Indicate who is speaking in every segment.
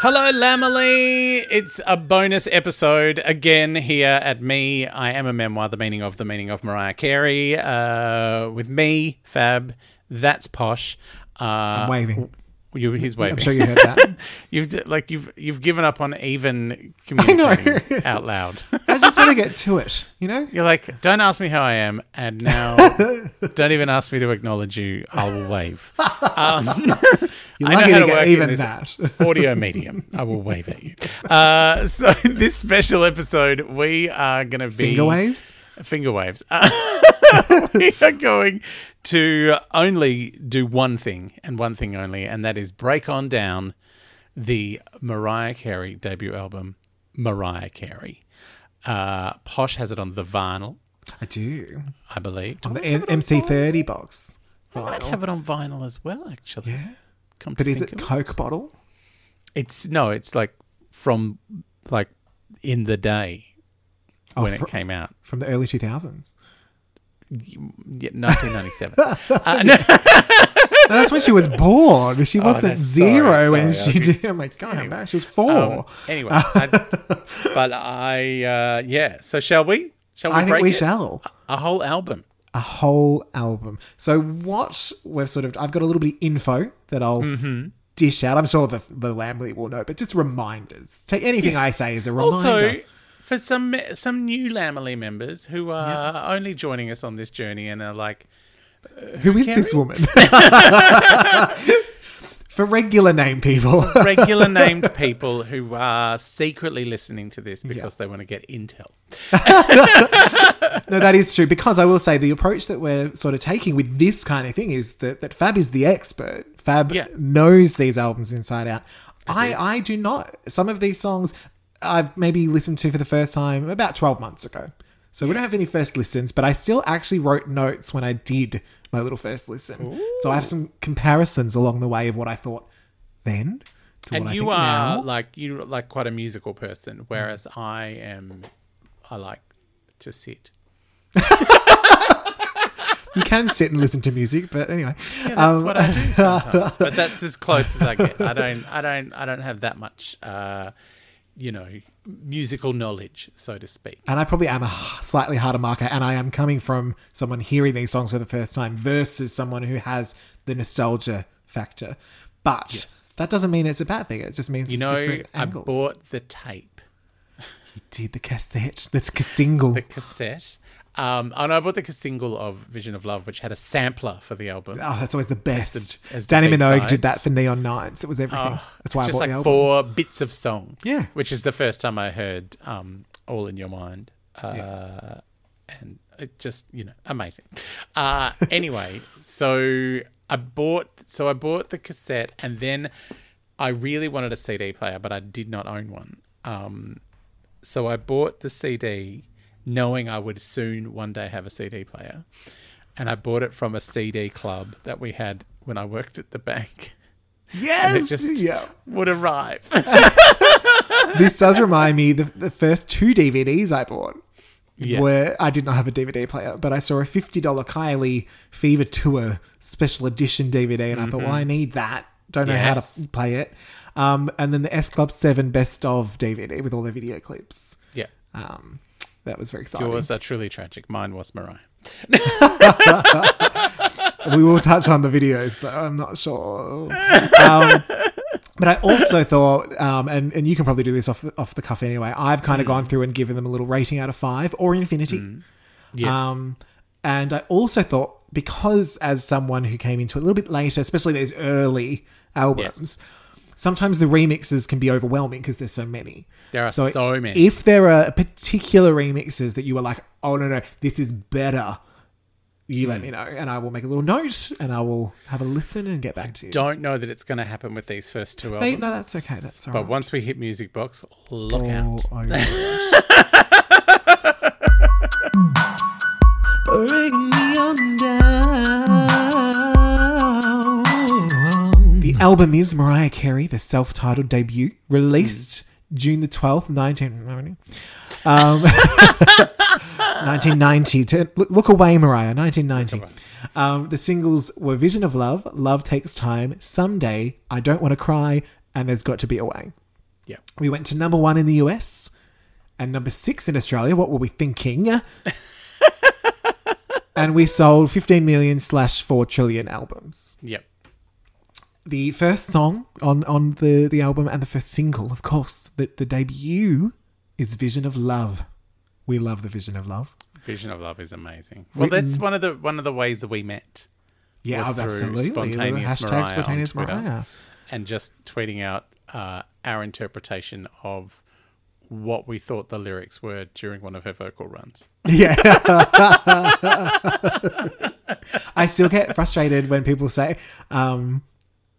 Speaker 1: Hello, Lamely. It's a bonus episode again here at me. I am a memoir, the meaning of the meaning of Mariah Carey. Uh, with me, Fab. That's posh. Uh, I'm
Speaker 2: waving.
Speaker 1: You, he's waving.
Speaker 2: I'm sure you heard that.
Speaker 1: have like you've you've given up on even
Speaker 2: know.
Speaker 1: communicating out loud.
Speaker 2: I just want to get to it, you know?
Speaker 1: You're like, don't ask me how I am, and now don't even ask me to acknowledge you. I'll wave.
Speaker 2: You're
Speaker 1: I know
Speaker 2: lucky
Speaker 1: how
Speaker 2: to
Speaker 1: to work
Speaker 2: get
Speaker 1: in
Speaker 2: even
Speaker 1: this.
Speaker 2: that.
Speaker 1: audio medium. I will wave at you. Uh, so this special episode, we are going to be
Speaker 2: Finger waves?
Speaker 1: Finger waves. Uh, we are going to only do one thing and one thing only, and that is break on down the Mariah Carey debut album, Mariah Carey. Uh, Posh has it on the vinyl,
Speaker 2: I do.
Speaker 1: I believe.
Speaker 2: On the M- MC30 box.
Speaker 1: I might have it on vinyl as well, actually.
Speaker 2: Yeah.
Speaker 1: Come to
Speaker 2: But is
Speaker 1: think
Speaker 2: it
Speaker 1: of
Speaker 2: Coke bottle?
Speaker 1: It's no, it's like from like in the day
Speaker 2: Oh,
Speaker 1: when
Speaker 2: fr-
Speaker 1: it came out,
Speaker 2: From the early 2000s.
Speaker 1: yeah, 1997. uh, no,
Speaker 2: No, that's when she was born. She wasn't
Speaker 1: Oh, that's- sorry,
Speaker 2: zero when
Speaker 1: sorry,
Speaker 2: she
Speaker 1: okay.
Speaker 2: did. Oh my God, how embarrassing. She was four.
Speaker 1: um, anyway, I, but I uh, yeah. So shall we? Shall we
Speaker 2: I think
Speaker 1: break
Speaker 2: we
Speaker 1: it?
Speaker 2: shall.
Speaker 1: A whole album.
Speaker 2: a whole album. So what we've sort of I've got a little bit of info that I'll
Speaker 1: Mm-hmm.
Speaker 2: dish out. I'm sure the the Lamley will know, but just reminders. Take anything I say as a reminder.
Speaker 1: Also, for some some new Lamely members who are only joining us on this journey and are like,
Speaker 2: Who is this woman? For regular name people.
Speaker 1: regular named people who are secretly listening to this because they want to get intel.
Speaker 2: no, that is true. Because I will say the approach that we're sort of taking with this kind of thing is that, that Fab is the expert. Fab
Speaker 1: Yeah.
Speaker 2: knows these albums inside out. I, I do not. Some of these songs I've maybe listened to for the first time about 12 months ago. So we don't have any first listens, but I still actually wrote notes when I did my little first listen. So I have some comparisons along the way of what I thought then to
Speaker 1: and
Speaker 2: what
Speaker 1: you
Speaker 2: I think
Speaker 1: are
Speaker 2: now.
Speaker 1: like you are, like quite a musical person whereas i am i like to sit
Speaker 2: You can sit and listen to music, but anyway.
Speaker 1: yeah, that's
Speaker 2: Um,
Speaker 1: what i do sometimes but that's as close as i get i don't i don't i don't have that much uh you know musical knowledge so to speak
Speaker 2: and I probably am a h- slightly harder marker, and I am coming from someone hearing these songs for the first time versus someone who has the nostalgia factor. But that doesn't mean it's a bad thing. It just means
Speaker 1: you
Speaker 2: it's
Speaker 1: know
Speaker 2: different
Speaker 1: i
Speaker 2: angles.
Speaker 1: bought the tape
Speaker 2: Did the cassette, the c- single,
Speaker 1: the cassette um and i bought the single of vision of love which had a sampler for the album
Speaker 2: oh, that's always the best.
Speaker 1: as the
Speaker 2: Danny
Speaker 1: big
Speaker 2: Minogue
Speaker 1: side.
Speaker 2: did that for Neon Nights. It was everything.
Speaker 1: Oh,
Speaker 2: that's why I
Speaker 1: it's
Speaker 2: bought
Speaker 1: just like
Speaker 2: the album.
Speaker 1: four bits of song.
Speaker 2: Yeah.
Speaker 1: which is the first time I heard um, "All in Your Mind," uh, and it just you know amazing. Uh, anyway, so I bought so I bought the cassette, and then I really wanted a CD player, but I did not own one. Um, so I bought the CD, knowing I would soon one day have a CD player, and I bought it from a CD club that we had when I worked at the bank
Speaker 2: Yes,
Speaker 1: it just-
Speaker 2: yeah.
Speaker 1: would arrive.
Speaker 2: this does remind me the, the first two DVDs I bought.
Speaker 1: Yes.
Speaker 2: Where I did not have a DVD player, but I saw a fifty dollar Kylie Fever Tour special edition DVD, and I thought, well, I need that. Don't know how
Speaker 1: Mm-hmm. Yes.
Speaker 2: to play it. Um, and then the S Club Seven Best of DVD with all the video clips.
Speaker 1: yeah.
Speaker 2: Um, that was very exciting.
Speaker 1: Yours are truly tragic. Mine was Mariah.
Speaker 2: we will touch on the videos, but I'm not sure. Um, but I also thought, um, and and you can probably do this off the, off the cuff anyway. I've kind
Speaker 1: Mm.
Speaker 2: of gone through and given them a little rating out of five or infinity.
Speaker 1: Yes.
Speaker 2: Um, and I also thought because as someone who came into it a little bit later, especially these early albums, sometimes the remixes can be overwhelming because there's so e- many.
Speaker 1: There are so many.
Speaker 2: If there are particular remixes that you were like, oh no no, this is better. you
Speaker 1: Hmm.
Speaker 2: let me know, and I will make a little note, and I will have a listen and get back to you.
Speaker 1: Don't know that it's going to happen with these first two albums.
Speaker 2: Mate, no, that's okay. That's all
Speaker 1: but
Speaker 2: right.
Speaker 1: once we hit Music Box, look
Speaker 2: All
Speaker 1: out.
Speaker 2: over.
Speaker 3: Bring me on down.
Speaker 2: The album is Mariah Carey, the self-titled debut, released June the twelfth, nineteen. Um, 1990. To, look, look away, Mariah. 1990. Um, the singles were "Vision of Love," "Love Takes Time," "Someday," "I Don't Want to Cry," and "There's Got to Be a Way."
Speaker 1: Yeah.
Speaker 2: We went to number one in the US and number six in Australia. What were we thinking? and we sold 15 million slash 4 trillion albums.
Speaker 1: Yep.
Speaker 2: The first song on, on the, the album and the first single, of course, the, the debut is Vision of Love. We love the Vision of Love.
Speaker 1: Vision of Love is amazing. Well, that's one of the one of the ways that we met.
Speaker 2: Yeah,
Speaker 1: was through
Speaker 2: absolutely.
Speaker 1: Spontaneous
Speaker 2: Hashtag
Speaker 1: Mariah on
Speaker 2: spontaneous
Speaker 1: Twitter.
Speaker 2: Mariah.
Speaker 1: and just tweeting out uh, our interpretation of what we thought the lyrics were during one of her vocal runs.
Speaker 2: Yeah. I still get frustrated when people say um,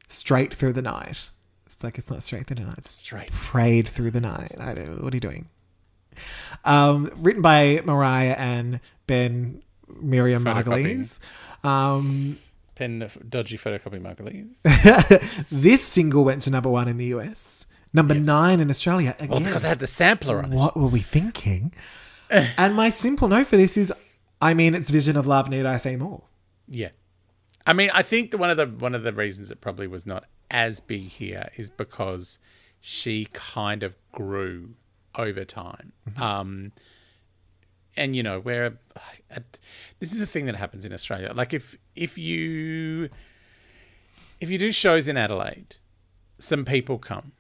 Speaker 2: straight through the night. It's like it's not straight through the night. It's
Speaker 1: Straight.
Speaker 2: prayed through the night. I don't what are you doing? Um, written by Mariah and Ben Miriam Margulies. Um,
Speaker 1: Pen of dodgy photocopy Margulies.
Speaker 2: this single went to number one in the US, number nine in Australia. Again.
Speaker 1: Well, because I had the sampler on it.
Speaker 2: What were we thinking? and my simple note for this is I mean, it's Vision of Love, need I say more?
Speaker 1: Yeah. I mean, I think that one of the one of the reasons it probably was not as big here is because she kind of grew over time. Um, and you know, where uh, this is a thing that happens in Australia. Like if if you if you do shows in Adelaide, some people come.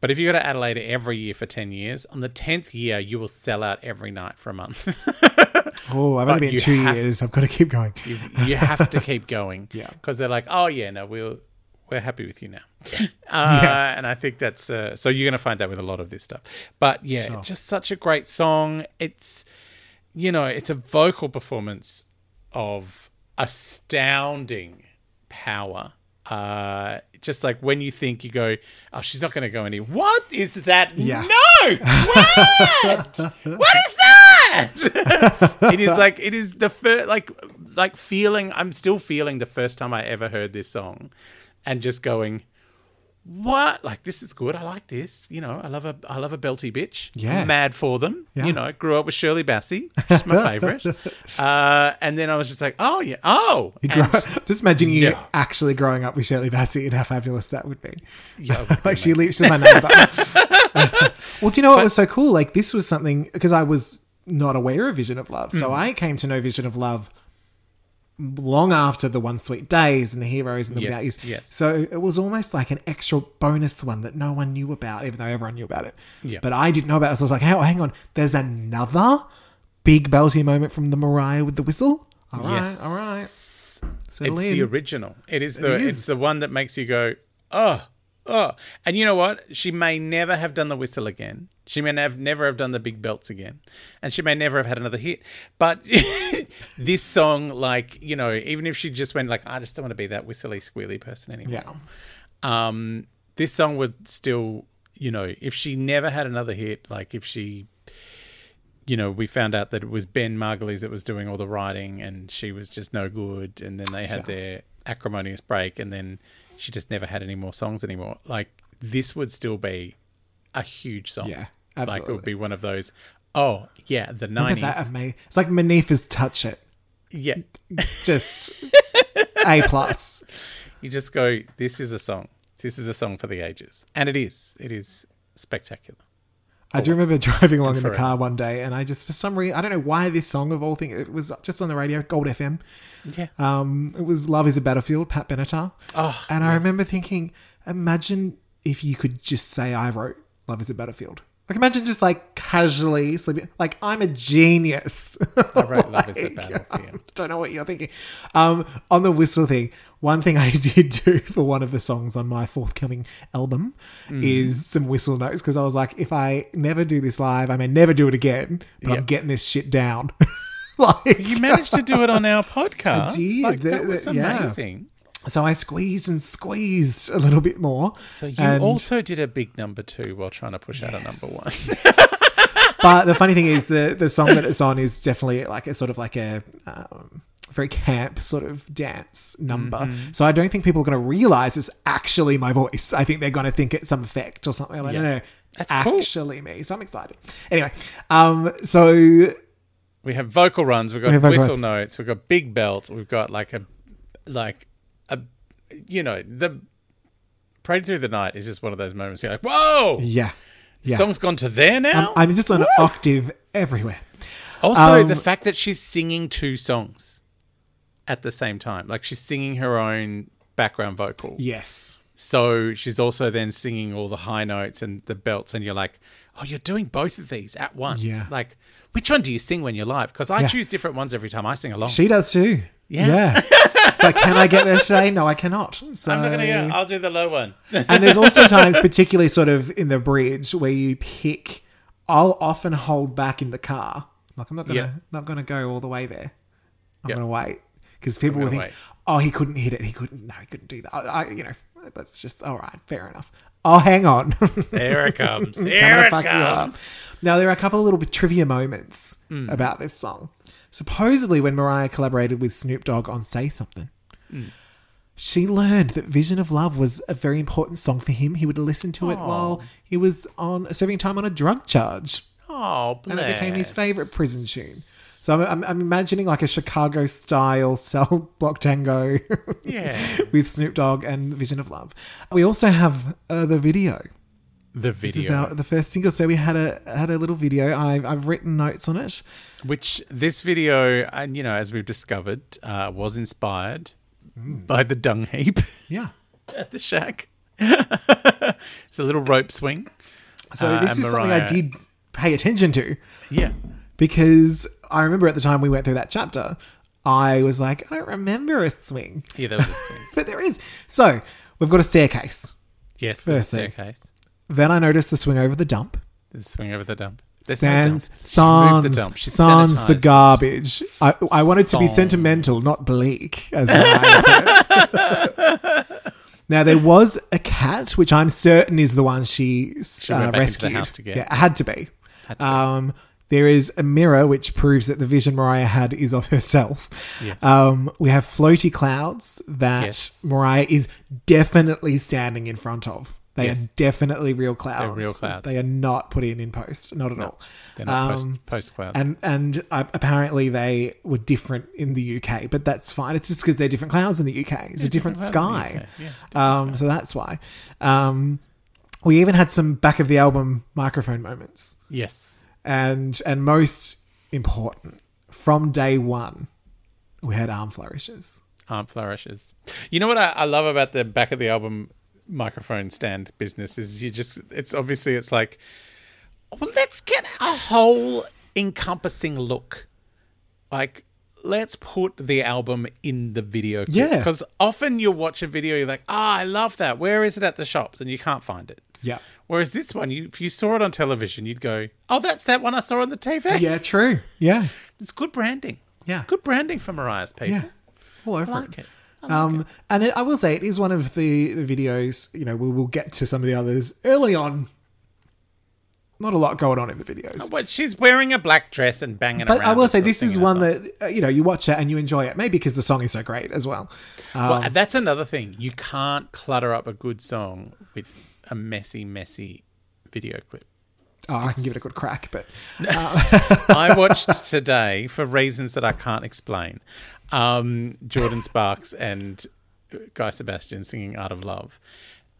Speaker 1: But if you go to Adelaide every year for 10 years, on the 10th year, you will sell out every night for a month.
Speaker 2: Oh, I've only
Speaker 1: But
Speaker 2: been
Speaker 1: you
Speaker 2: two
Speaker 1: have-
Speaker 2: years. I've got to keep going.
Speaker 1: you, you have to keep going.
Speaker 2: Yeah.
Speaker 1: Because they're like, oh yeah, no, we'll we're happy with you now. Uh, And I think that's uh, so you're going to find that with a lot of this stuff. But yeah, just such a great song. It's you know, it's a vocal performance of astounding power. Uh, just like when you think you go, oh, she's not going to go any. What is that?
Speaker 2: Yeah.
Speaker 1: No, what? what is that? it is like it is the first, like, like feeling. I'm still feeling the first time I ever heard this song, and just going, what? Like this is good. I like this. You know, I love a I love a belty bitch.
Speaker 2: Yeah.
Speaker 1: mad for them.
Speaker 2: Yeah.
Speaker 1: You know, grew up with Shirley Bassey. She's my favorite. uh, and then I was just like, oh yeah, oh.
Speaker 2: You
Speaker 1: And-
Speaker 2: grow, just imagine you
Speaker 1: Yeah.
Speaker 2: actually growing up with Shirley Bassey and how fabulous that would be.
Speaker 1: Yeah, it would be
Speaker 2: like she leaps she's my neighbor. well, do you know what was so cool? Like this was something because I was not aware of Vision of Love,
Speaker 1: Mm.
Speaker 2: so I came to know Vision of Love long after the One Sweet Days and the Heroes and the
Speaker 1: Yes,
Speaker 2: Without Yous.
Speaker 1: yes.
Speaker 2: So it was almost like an extra bonus one that no one knew about, even though everyone knew about it.
Speaker 1: Yeah.
Speaker 2: But I didn't know about it, so I was like, "Hey, hang on, there's another big belty moment from the Mariah with the whistle." All right,
Speaker 1: Yes.
Speaker 2: all right.
Speaker 1: It's
Speaker 2: Settle
Speaker 1: the
Speaker 2: in.
Speaker 1: original. It is the
Speaker 2: is.
Speaker 1: it's the one that makes you go, oh, oh. And you know what? She may never have done the whistle again. She may have never have done the big belts again. And she may never have had another hit. But this song, like, you know, even if she just went like, I just don't want to be that whistly squealy person anymore.
Speaker 2: yeah.
Speaker 1: um, this song would still, you know, if she never had another hit, like if she, you know, we found out that it was Ben Margulies that was doing all the writing and she was just no good. And then they had their acrimonious break and then she just never had any more songs anymore. Like this would still be a huge song.
Speaker 2: Yeah,
Speaker 1: Like it
Speaker 2: absolutely.
Speaker 1: would be one of those, oh, yeah, the
Speaker 2: Look at that
Speaker 1: 90s.
Speaker 2: amazing. It's like Manifa's touch it.
Speaker 1: Yeah.
Speaker 2: Just A plus.
Speaker 1: You just go, this is a song. This is a song for the ages. And it is. It is spectacular.
Speaker 2: I do remember driving along in the
Speaker 1: forever.
Speaker 2: car one day, and I just, for some reason, I don't know why this song of all things, it was just on the radio, Gold FM.
Speaker 1: Yeah.
Speaker 2: Um, it was "Love Is a Battlefield," Pat Benatar.
Speaker 1: Oh,
Speaker 2: and I remember thinking, imagine if you could just say, "I wrote Love Is a Battlefield." Like, imagine just like casually slipping, like I'm a genius.
Speaker 1: I
Speaker 2: Oh
Speaker 1: wrote Love is a Battlefield.
Speaker 2: don't know what you're thinking. Um, on the whistle thing, one thing I did do for one of the songs on my forthcoming album
Speaker 1: Mm.
Speaker 2: is some whistle notes because I was like, if I never do this live, I may never do it again, but I'm
Speaker 1: Yep.
Speaker 2: getting this shit down. like,
Speaker 1: You managed to do it on our podcast.
Speaker 2: did.
Speaker 1: Like, that,
Speaker 2: That-
Speaker 1: was
Speaker 2: that- yeah.
Speaker 1: amazing.
Speaker 2: so I squeezed and squeezed a little bit more.
Speaker 1: So you
Speaker 2: And-
Speaker 1: also did a big number two while trying to push out a number one.
Speaker 2: but the funny thing is the the song that it's on is definitely like a sort of like a um, very camp sort of dance number.
Speaker 1: Mm-hmm.
Speaker 2: So I don't think people are going to realize it's actually my voice. I think they're going to think it's some effect or something. I'm like, no, no,
Speaker 1: That's cool.
Speaker 2: actually me. So I'm excited. Anyway, um, so
Speaker 1: We have vocal runs. We've got
Speaker 2: We have vocal
Speaker 1: whistle
Speaker 2: runs.
Speaker 1: notes. We've got big belts. We've got like a, like a, you know, the Parade Through the Night is just one of those moments you're like, whoa,
Speaker 2: yeah, yeah.
Speaker 1: song's gone to there now.
Speaker 2: I'm just on an octave everywhere.
Speaker 1: also,
Speaker 2: um,
Speaker 1: the fact that she's singing two songs at the same time, like she's singing her own background vocal.
Speaker 2: Yes.
Speaker 1: So she's also then singing all the high notes and the belts, and you're like, oh, you're doing both of these at once.
Speaker 2: Yeah.
Speaker 1: Like, which one do you sing when you're live? Because I
Speaker 2: Yeah.
Speaker 1: choose different ones every time I sing along.
Speaker 2: She does too.
Speaker 1: Yeah.
Speaker 2: it's like, can I get there today? No, I cannot. So
Speaker 1: I'm not gonna go. I'll do the low one.
Speaker 2: and there's also times, particularly sort of in the bridge, where you pick. I'll often hold back in the car. Like I'm not gonna
Speaker 1: Yeah.
Speaker 2: not gonna go all the way there. I'm
Speaker 1: Yeah.
Speaker 2: gonna wait because people will
Speaker 1: gonna
Speaker 2: think,
Speaker 1: wait.
Speaker 2: "Oh, he couldn't hit it. He couldn't. No, he couldn't do that." I, I you know, that's just all right. Fair enough. Oh, hang on.
Speaker 1: There it comes.
Speaker 2: I'm
Speaker 1: There
Speaker 2: gonna
Speaker 1: it
Speaker 2: fuck you up.
Speaker 1: comes. Mm.
Speaker 2: Now there are a couple of little bit trivia moments about this song. Supposedly, when Mariah collaborated with Snoop Dogg on "Say Something,"
Speaker 1: Mm.
Speaker 2: she learned that "Vision of Love" was a very important song for him. He would listen to it while he was on serving time on a drug charge,
Speaker 1: Oh, bless.
Speaker 2: and it became his favorite prison tune. So I'm, I'm, I'm imagining like a Chicago-style cell block tango
Speaker 1: Yeah.
Speaker 2: with Snoop Dogg and "Vision of Love." We also have uh, the video.
Speaker 1: The
Speaker 2: This is
Speaker 1: video,
Speaker 2: our, the first single. So we had a had a little video. I've I've written notes on it.
Speaker 1: which this video, and you know, as we've discovered, uh, was inspired
Speaker 2: Mm.
Speaker 1: by the dung heap
Speaker 2: Yeah.
Speaker 1: at the shack. it's a little rope swing.
Speaker 2: So
Speaker 1: Uh,
Speaker 2: this
Speaker 1: and
Speaker 2: is something I
Speaker 1: Mariah-
Speaker 2: did pay attention to
Speaker 1: Yeah.
Speaker 2: because I remember at the time we went through that chapter, I was like, I don't remember a swing,
Speaker 1: Yeah, that was a swing.
Speaker 2: but there is. So we've got a staircase.
Speaker 1: Yes, there's a
Speaker 2: First thing.
Speaker 1: staircase.
Speaker 2: Then I noticed the swing over the dump.
Speaker 1: There's a swing over the dump. There's no dump.
Speaker 2: Sans,
Speaker 1: She moved the
Speaker 2: sans,
Speaker 1: dump. She
Speaker 2: sans the
Speaker 1: sanitised.
Speaker 2: garbage. I, I wanted to be
Speaker 1: Sans.
Speaker 2: sentimental, not bleak. As Mariah put it. now there was a cat, which I'm certain is the one she,
Speaker 1: went
Speaker 2: uh,
Speaker 1: back into the
Speaker 2: rescued.
Speaker 1: house to get.
Speaker 2: Yeah, it had to be. Um, there is a mirror which proves that the vision Mariah had is of herself.
Speaker 1: Yes.
Speaker 2: Um, we have floaty clouds that
Speaker 1: Yes.
Speaker 2: Mariah is definitely standing in front of. They
Speaker 1: Yes.
Speaker 2: are definitely real clouds.
Speaker 1: real clouds.
Speaker 2: They are not put in in post, not at all.
Speaker 1: They're not post,
Speaker 2: Um,
Speaker 1: post clouds.
Speaker 2: and and uh, apparently they were different in the UK, but that's fine. It's just because they're different clouds in the UK. It's a different,
Speaker 1: clouds in
Speaker 2: sky.
Speaker 1: the UK. Yeah,
Speaker 2: um, so that's why. Um, we even had some back of the album microphone moments,
Speaker 1: yes.
Speaker 2: and and most important, from day one, we had arm flourishes.
Speaker 1: arm flourishes. You know what I, I love about the back of the album microphone stand business is you just it's obviously it's like well let's get a whole encompassing look like let's put the album in the video clip.
Speaker 2: Yeah.
Speaker 1: because often you watch a video you're like ah i love that where is it at the shops and you can't find it
Speaker 2: Yeah,
Speaker 1: whereas this one you if you saw it on television you'd go oh that's that one i saw on the tv
Speaker 2: yeah, true. Yeah,
Speaker 1: it's good branding
Speaker 2: Yeah.
Speaker 1: good branding for mariah's people
Speaker 2: yeah, all over
Speaker 1: i
Speaker 2: it.
Speaker 1: like it
Speaker 2: Um, and it, I will say it is one of the, the videos. You know, we will get to some of the others early on. Not a lot going on in the videos,
Speaker 1: But she's wearing a black dress and banging
Speaker 2: but
Speaker 1: around.
Speaker 2: I will
Speaker 1: and
Speaker 2: say
Speaker 1: sort of
Speaker 2: this is
Speaker 1: singing a
Speaker 2: one
Speaker 1: song.
Speaker 2: that uh, you know you watch it and you enjoy it. Maybe because the song is so great as well. Um,
Speaker 1: Well, that's another thing. You can't clutter up a good song with a messy, messy video clip.
Speaker 2: oh, I can give it a good crack, but
Speaker 1: I watched today, for reasons that I can't explain, um, Jordan Sparks and Guy Sebastian singing Art of Love.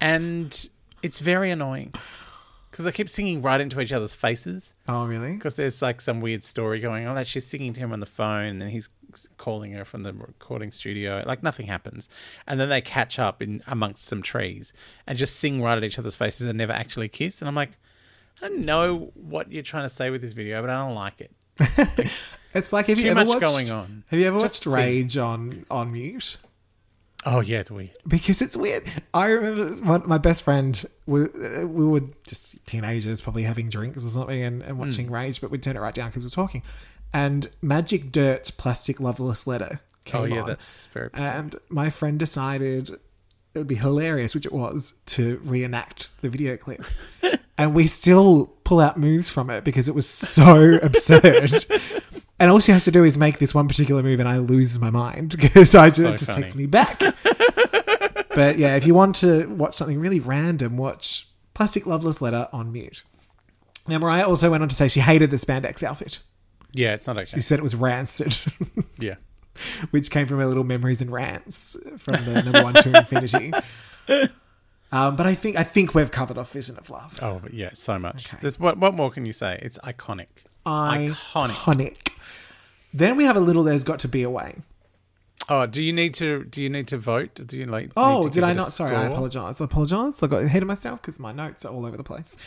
Speaker 1: And it's very annoying because they keep singing right into each other's faces.
Speaker 2: oh really?
Speaker 1: because there's like some weird story going on. Like she's singing to him on the phone, and then he's calling her from the recording studio. Like nothing happens, and then they catch up in amongst some trees and just sing right at each other's faces and never actually kiss. And I'm like, I don't know what you're trying to say with this video, but I don't like it.
Speaker 2: It's like have
Speaker 1: too
Speaker 2: you ever
Speaker 1: much
Speaker 2: watched?
Speaker 1: going on.
Speaker 2: Have you ever
Speaker 1: Just
Speaker 2: watched
Speaker 1: sing.
Speaker 2: Rage on on mute?
Speaker 1: Oh yeah, it's weird.
Speaker 2: because it's weird. I remember one, my best friend, we, uh, we
Speaker 1: Hmm.
Speaker 2: were just teenagers, probably having drinks or something and, and watching Rage, but we'd turn it right down because we were talking. and Magic Dirt's Plastic Loveless Letter came
Speaker 1: Oh yeah,
Speaker 2: on.
Speaker 1: that's very.
Speaker 2: and my friend decided it would be hilarious, which it was, to reenact the video clip. and we still pull out moves from it because it was so absurd. And all she has to do is make this one particular move, and I lose my mind because I just,
Speaker 1: So
Speaker 2: it just takes me
Speaker 1: funny.
Speaker 2: back. but yeah, if you want to watch something really random, watch Plastic Loveless Letter on mute. Now, Mariah also went on to say she hated the spandex outfit.
Speaker 1: yeah, it's not
Speaker 2: She
Speaker 1: okay.
Speaker 2: said it was rancid.
Speaker 1: Yeah.
Speaker 2: which came from her little memories and rants from the number one to infinity. Um, but I think I think we've covered off Vision of Love.
Speaker 1: Oh but yeah, so much.
Speaker 2: Okay.
Speaker 1: There's what? What more can you say? It's iconic. Iconic.
Speaker 2: Iconic. Then we have a little. There's got to be a way.
Speaker 1: Oh, do you need to? Do you need to vote? Do you like? need
Speaker 2: Oh,
Speaker 1: to
Speaker 2: did
Speaker 1: give
Speaker 2: I
Speaker 1: it a
Speaker 2: not? Sorry, I
Speaker 1: score?
Speaker 2: apologize. I apologize. I got ahead of myself because my notes are all over the place.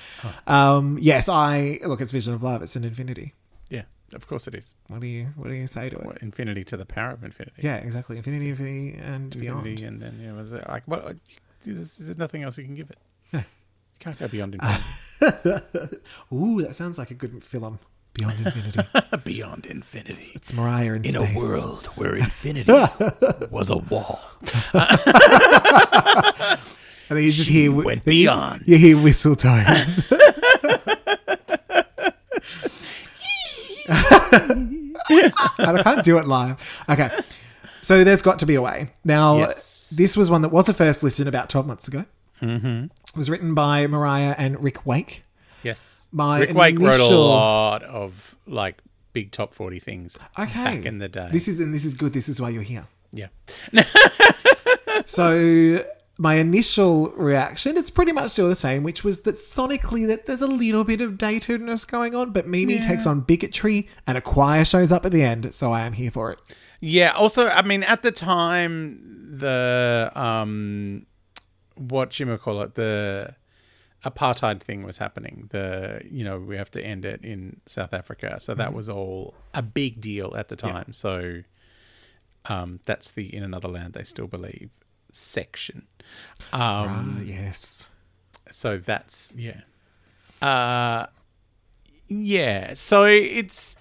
Speaker 2: Um, yes, I look. It's Vision of Love. It's an infinity.
Speaker 1: Yeah, of course it is.
Speaker 2: What do you What do you say to it?
Speaker 1: Well, infinity to the power of infinity.
Speaker 2: Yeah, exactly. Infinity, infinity, and beyond.
Speaker 1: infinity, and then you know, is it like what? uh, There's, there's nothing else you can give it. You can't go beyond infinity.
Speaker 2: Ooh, that sounds like a good film. Beyond infinity.
Speaker 4: Beyond infinity.
Speaker 2: it's Mariah in,
Speaker 4: In
Speaker 2: space.
Speaker 4: a world where infinity was a wall.
Speaker 2: And then you just hear wh-
Speaker 4: went
Speaker 2: then you-
Speaker 4: beyond.
Speaker 2: You, hear whistle tones. and I can't do it live. Okay. So there's got to be a way. Now,
Speaker 1: Yes.
Speaker 2: this was one that was a first listen about 12 months ago. Mm-hmm. It was written by Mariah and Rick Wake.
Speaker 1: yes,
Speaker 2: My
Speaker 1: Rick Wake wrote a
Speaker 2: initial-
Speaker 1: lot of like big top forty things.
Speaker 2: Okay.
Speaker 1: back in the day.
Speaker 2: This is and this is good. This is why you're here.
Speaker 1: yeah,
Speaker 2: So my initial reaction, it's pretty much still the same, which was that sonically that there's a little bit of datedness going on, but Mimi takes on bigotry and a choir shows up at the end, so I am here for it.
Speaker 1: yeah. Also, I mean, at the time, the um, what you call it, the apartheid thing was happening. The you know we have to end it in South Africa, so that was all a big deal at the time. So, um, that's the in another land they still believe section. Um,
Speaker 2: Ah, yes.
Speaker 1: so that's yeah uh yeah so it's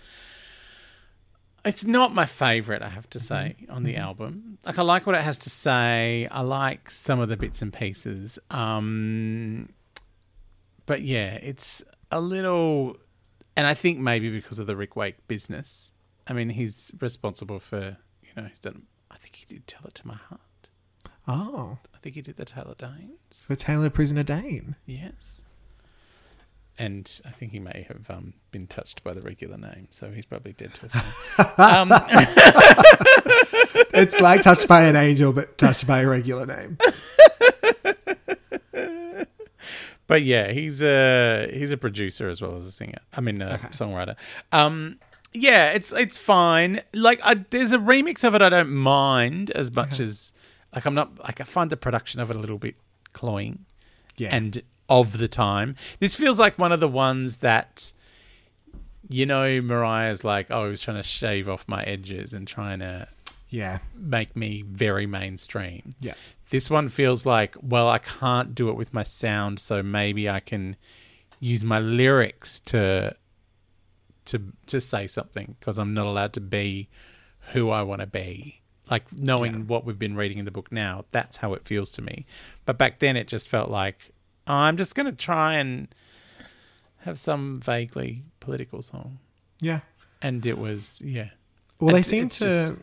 Speaker 1: it's not my favorite i have to say on the album like i like what it has to say i like some of the bits and pieces um but yeah it's a little and i think maybe because of the rick wake business i mean he's responsible for you know he's done i think he did tell it to my heart
Speaker 2: Oh,
Speaker 1: i think he did the taylor danes
Speaker 2: the Taylor Prisoner Dane.
Speaker 1: Yes. And I think he may have um, been touched by the regular name, so he's probably dead to us. now. um,
Speaker 2: It's like touched by an angel, but touched by a regular name.
Speaker 1: but yeah, he's a he's a producer as well as a singer. I mean, a songwriter. Um, yeah, it's it's fine. Like, I, there's a remix of it I don't mind as much as like I'm not like I find the production of it a little bit cloying.
Speaker 2: Yeah.
Speaker 1: and of the time. This feels like one of the ones that, you know, Mariah's like, oh, I was trying to shave off my edges and trying to
Speaker 2: yeah.
Speaker 1: make me very mainstream.
Speaker 2: Yeah.
Speaker 1: This one feels like, well, I can't do it with my sound, so maybe I can use my lyrics to to to say something because I'm not allowed to be who I want to be. Like knowing what we've been reading in the book now, that's how it feels to me. But back then it just felt like I'm just going to try and have some vaguely political song.
Speaker 2: Yeah.
Speaker 1: And it was yeah.
Speaker 2: Well, they
Speaker 1: It's-
Speaker 2: seem
Speaker 1: it's
Speaker 2: to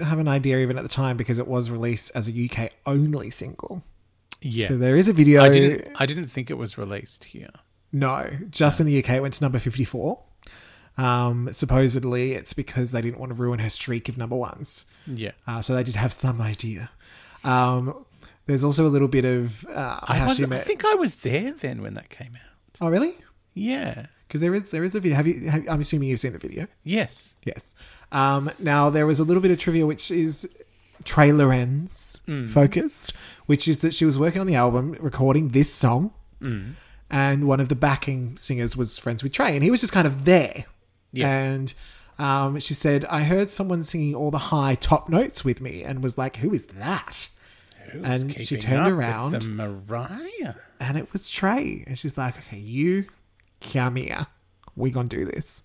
Speaker 2: have an idea even at the time because it was released as a UK only single.
Speaker 1: Yeah.
Speaker 2: So there is a video.
Speaker 1: I didn't. I didn't think it was released here.
Speaker 2: No, just in the UK, it went to number 54. Um, supposedly, it's because they didn't want to ruin her streak of number ones.
Speaker 1: Yeah,
Speaker 2: Uh, so they did have some idea. Um, there's also a little bit of uh,
Speaker 1: I,
Speaker 2: how
Speaker 1: was,
Speaker 2: she
Speaker 1: I
Speaker 2: met.
Speaker 1: think I was there then when that came out.
Speaker 2: oh, really?
Speaker 1: Yeah.
Speaker 2: Because there is there is a video. Have you? Have, I'm assuming you've seen the video.
Speaker 1: Yes.
Speaker 2: Yes. Um, now there was a little bit of trivia which is trailer ends
Speaker 1: Mm.
Speaker 2: focused, which is that she was working on the album, recording this song,
Speaker 1: Mm.
Speaker 2: and one of the backing singers was friends with Trey, and he was just kind of there.
Speaker 1: Yes.
Speaker 2: And um, she said, "I heard someone singing all the high top notes with me, and was like, who is that?"
Speaker 1: Who's
Speaker 2: and she
Speaker 1: keeping
Speaker 2: turned
Speaker 1: up with
Speaker 2: around,
Speaker 1: The Mariah.
Speaker 2: and it was Trey, and she's like, "Okay, you come here. We gonna do this."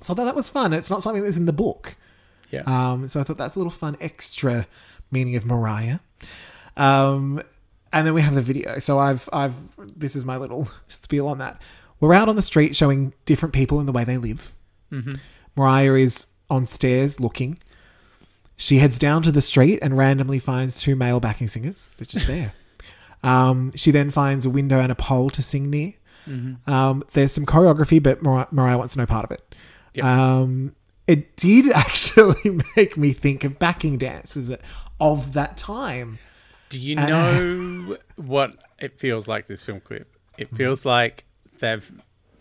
Speaker 2: So that, that was fun. It's not something that's in the book.
Speaker 1: Yeah.
Speaker 2: Um, so I thought that's a little fun extra meaning of Mariah. Um, and then we have the video. So I've I've this is my little spiel on that. We're out on the street showing different people and the way they live. Mariah is on stairs looking. She heads down to the street and randomly finds two male backing singers. They're just there. um, she then finds a window and a pole to sing near. Um, there's some choreography, but Mar- Mariah wants no part of it. Um, it did actually make me think of backing dances of that time.
Speaker 1: Do you know what it feels like, this film clip?
Speaker 2: Mm-hmm.
Speaker 1: It feels like they've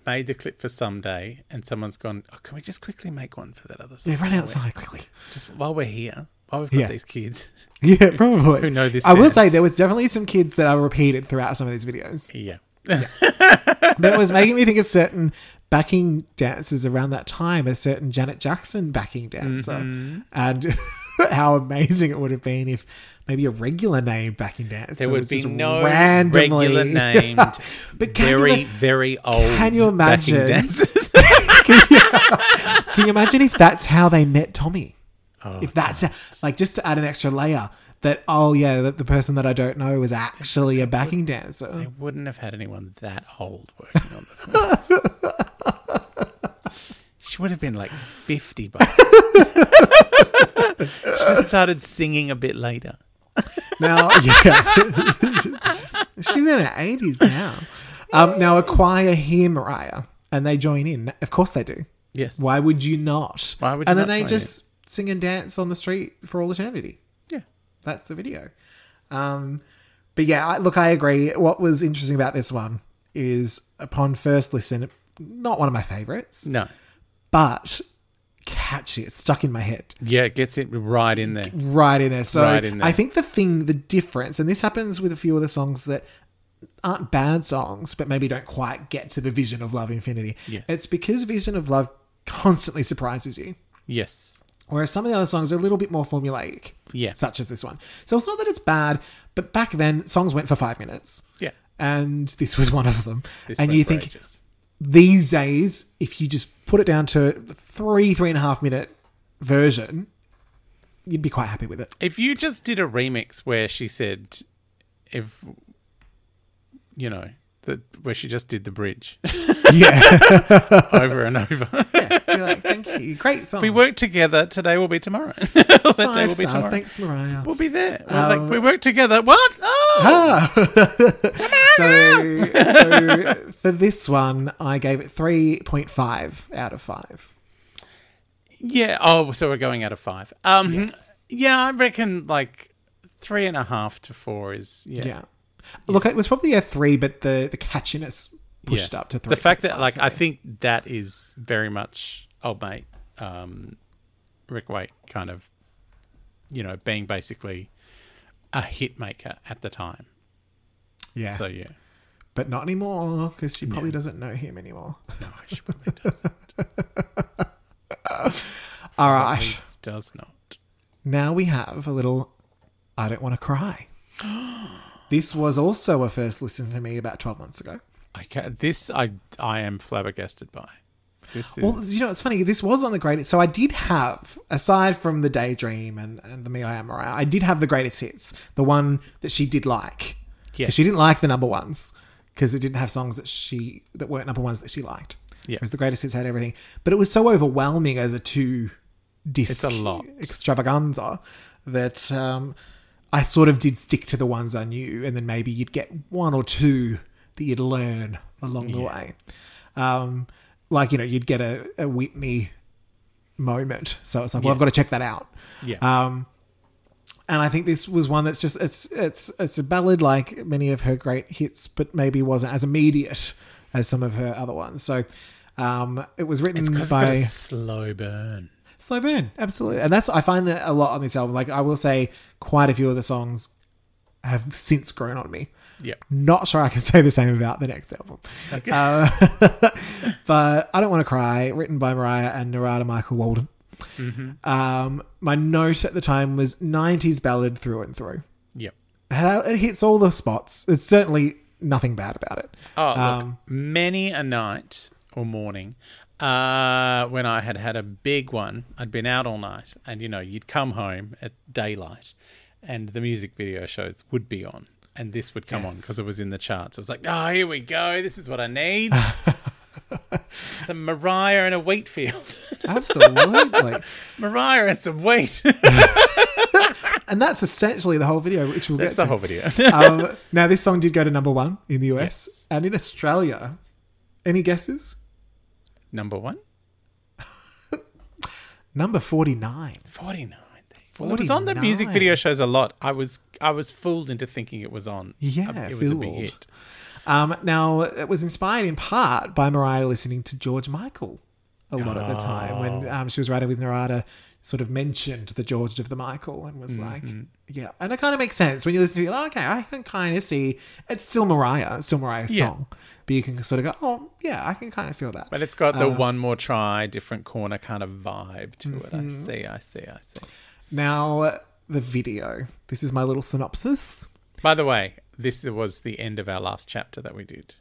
Speaker 1: made the clip for someday and someone's gone, oh, can we just quickly make one for that other song?
Speaker 2: Yeah, run outside quickly.
Speaker 1: Just while we're here, while we've got
Speaker 2: Yeah.
Speaker 1: these kids.
Speaker 2: Yeah, probably.
Speaker 1: Who know this
Speaker 2: I will say
Speaker 1: dance.
Speaker 2: there was definitely some kids that are repeated throughout some of these videos.
Speaker 1: Yeah.
Speaker 2: but it was making me think of certain backing dances around that time, a certain Janet Jackson backing dancer,
Speaker 1: Mm-hmm.
Speaker 2: and how amazing it would have been if maybe a regular name backing dancer
Speaker 1: There would
Speaker 2: was
Speaker 1: be
Speaker 2: just
Speaker 1: no
Speaker 2: randomly
Speaker 1: regular named,
Speaker 2: But can you
Speaker 1: very,
Speaker 2: ma-
Speaker 1: very old
Speaker 2: can you
Speaker 1: backing
Speaker 2: imagine?
Speaker 1: dancers.
Speaker 2: Can you imagine if that's how they met Tommy?
Speaker 1: Oh,
Speaker 2: if that's like just to add an extra layer that oh yeah, that the person that I don't know was actually a backing dancer.
Speaker 1: I wouldn't have had anyone that old working on the film. she would have been like 50 by now. She just started singing a bit later.
Speaker 2: Now, yeah. She's in her 80s now. Um, now, a choir hear Mariah and they join in. Of course they do.
Speaker 1: Yes.
Speaker 2: Why would you not?
Speaker 1: Why would you
Speaker 2: and then
Speaker 1: not
Speaker 2: they
Speaker 1: join
Speaker 2: just sing and dance on the street for all eternity.
Speaker 1: Yeah.
Speaker 2: That's the video. Um, but yeah, I, look, I agree. What was interesting about this one is upon first listen, not one of my favorites,
Speaker 1: No.
Speaker 2: but catchy. It's stuck in my head.
Speaker 1: Yeah, it gets it right in there.
Speaker 2: right in there. So
Speaker 1: Right in there.
Speaker 2: I think the thing, the difference, and this happens with a few of the songs that aren't bad songs, but maybe don't quite get to the vision of Love Infinity.
Speaker 1: Yes.
Speaker 2: It's because Vision of Love constantly surprises you.
Speaker 1: Yes.
Speaker 2: Whereas some of the other songs are a little bit more formulaic.
Speaker 1: Yeah.
Speaker 2: Such as this one. So it's not that it's bad, but back then songs went for five minutes.
Speaker 1: Yeah.
Speaker 2: And this was one of them.
Speaker 1: This
Speaker 2: and
Speaker 1: went
Speaker 2: you
Speaker 1: for
Speaker 2: think
Speaker 1: ages.
Speaker 2: these days, if you just put it down to three, three and a half minute version, you'd be quite happy with it.
Speaker 1: If you just did a remix where she said, if, you know, the, where she just did the bridge
Speaker 2: Yeah.
Speaker 1: over and over.
Speaker 2: Be like, thank you. Great song.
Speaker 1: we work together. Today will be tomorrow. that day
Speaker 2: Five
Speaker 1: will be
Speaker 2: stars.
Speaker 1: tomorrow.
Speaker 2: Thanks, Mariah.
Speaker 1: We'll be there. We're
Speaker 2: Um,
Speaker 1: like, we work together. What? Oh,
Speaker 2: Ah. so, so for this one, I gave it 3.5 out of 5.
Speaker 1: yeah. Oh, so we're going out of five. Um, yeah, I reckon like three and a half to four is yeah.
Speaker 2: Yeah. Look, it was probably a 3, but the, the catchiness pushed
Speaker 1: Yeah.
Speaker 2: up to 3.
Speaker 1: The fact that like I think that is very much old mate, um, Rick Waite kind of, you know, being basically a hit maker at the time.
Speaker 2: Yeah.
Speaker 1: So yeah.
Speaker 2: But not anymore, because she probably doesn't know him anymore.
Speaker 1: No, she probably does,
Speaker 2: All right.
Speaker 1: does not.
Speaker 2: Now we have a little I Don't Want to Cry. this was also a first listen for me about 12 months ago.
Speaker 1: I ca this I I am flabbergasted by. This is
Speaker 2: Well, you know, it's funny. This was on the greatest. So I did have, aside from the Daydream and, and the Me I Am Mariah, I did have the greatest hits. The one that she did like. Yeah.
Speaker 1: Yes.
Speaker 2: She didn't like the number ones because it didn't have songs that she that weren't number ones that she liked.
Speaker 1: Yeah.
Speaker 2: Whereas the greatest hits had everything, but it was so overwhelming as a two disc
Speaker 1: It's a lot.
Speaker 2: extravaganza that um, I sort of did stick to the ones I knew, and then maybe you'd get one or two that you'd learn along the way. Um, like you know, you'd get a, a Whitney moment, so it's like, well, I've got to check that out.
Speaker 1: yeah.
Speaker 2: Um, and I think this was one that's just it's it's it's a ballad like many of her great hits, but maybe wasn't as immediate as some of her other ones. So um, it was written
Speaker 1: It's because
Speaker 2: by
Speaker 1: it's got a slow burn.
Speaker 2: Slow Burn, absolutely, and that's I find that a lot on this album. Like I will say, quite a few of the songs have since grown on me.
Speaker 1: Yeah.
Speaker 2: Not sure I can say the same about the next album. Uh, but I Don't Want to Cry, written by Mariah and Narada Michael Walden.
Speaker 1: Mm-hmm.
Speaker 2: Um, my note at the time was 90s ballad through and through.
Speaker 1: Yep.
Speaker 2: How- It hits all the spots. It's certainly nothing bad about it.
Speaker 1: Oh,
Speaker 2: Um,
Speaker 1: look, many a night or morning, uh, when I had had a big one. I'd been out all night, and you know, you'd come home at daylight, and the music video shows would be on, and this would come on
Speaker 2: Yes.
Speaker 1: because it was in the charts. It was like, oh, here we go. This is what I need. Some Mariah and a wheat field.
Speaker 2: Absolutely.
Speaker 1: Mariah and some wheat.
Speaker 2: and that's essentially the whole video, which we'll
Speaker 1: That's
Speaker 2: get
Speaker 1: the
Speaker 2: to.
Speaker 1: whole video.
Speaker 2: um, now, this song did go to number one in the US
Speaker 1: Yes.
Speaker 2: and in Australia. Any guesses?
Speaker 1: Number one?
Speaker 2: Number 49.
Speaker 1: 49. Well, it was on the music
Speaker 2: 49.
Speaker 1: video shows a lot. I was I was fooled into thinking it was on.
Speaker 2: Yeah,
Speaker 1: it was a big
Speaker 2: fooled.
Speaker 1: hit.
Speaker 2: Um, now, it was inspired in part by Mariah listening to George Michael a lot at the time
Speaker 1: Oh.
Speaker 2: when um, she was writing with Narada. Sort of mentioned the George of the Michael and
Speaker 1: Mm-hmm.
Speaker 2: was like, yeah. And it kind of makes sense when you listen to it. Like, okay, I can kind of see it's still Mariah, it's still Mariah's
Speaker 1: Yeah.
Speaker 2: song. But you can sort of go, oh, yeah, I can kind of feel that.
Speaker 1: But it's got the
Speaker 2: Um,
Speaker 1: one more try, different corner kind of vibe to
Speaker 2: mm-hmm.
Speaker 1: it. I see, I see, I see.
Speaker 2: Now, the video. This is my little synopsis.
Speaker 1: By the way, this was the end of our last chapter that we did.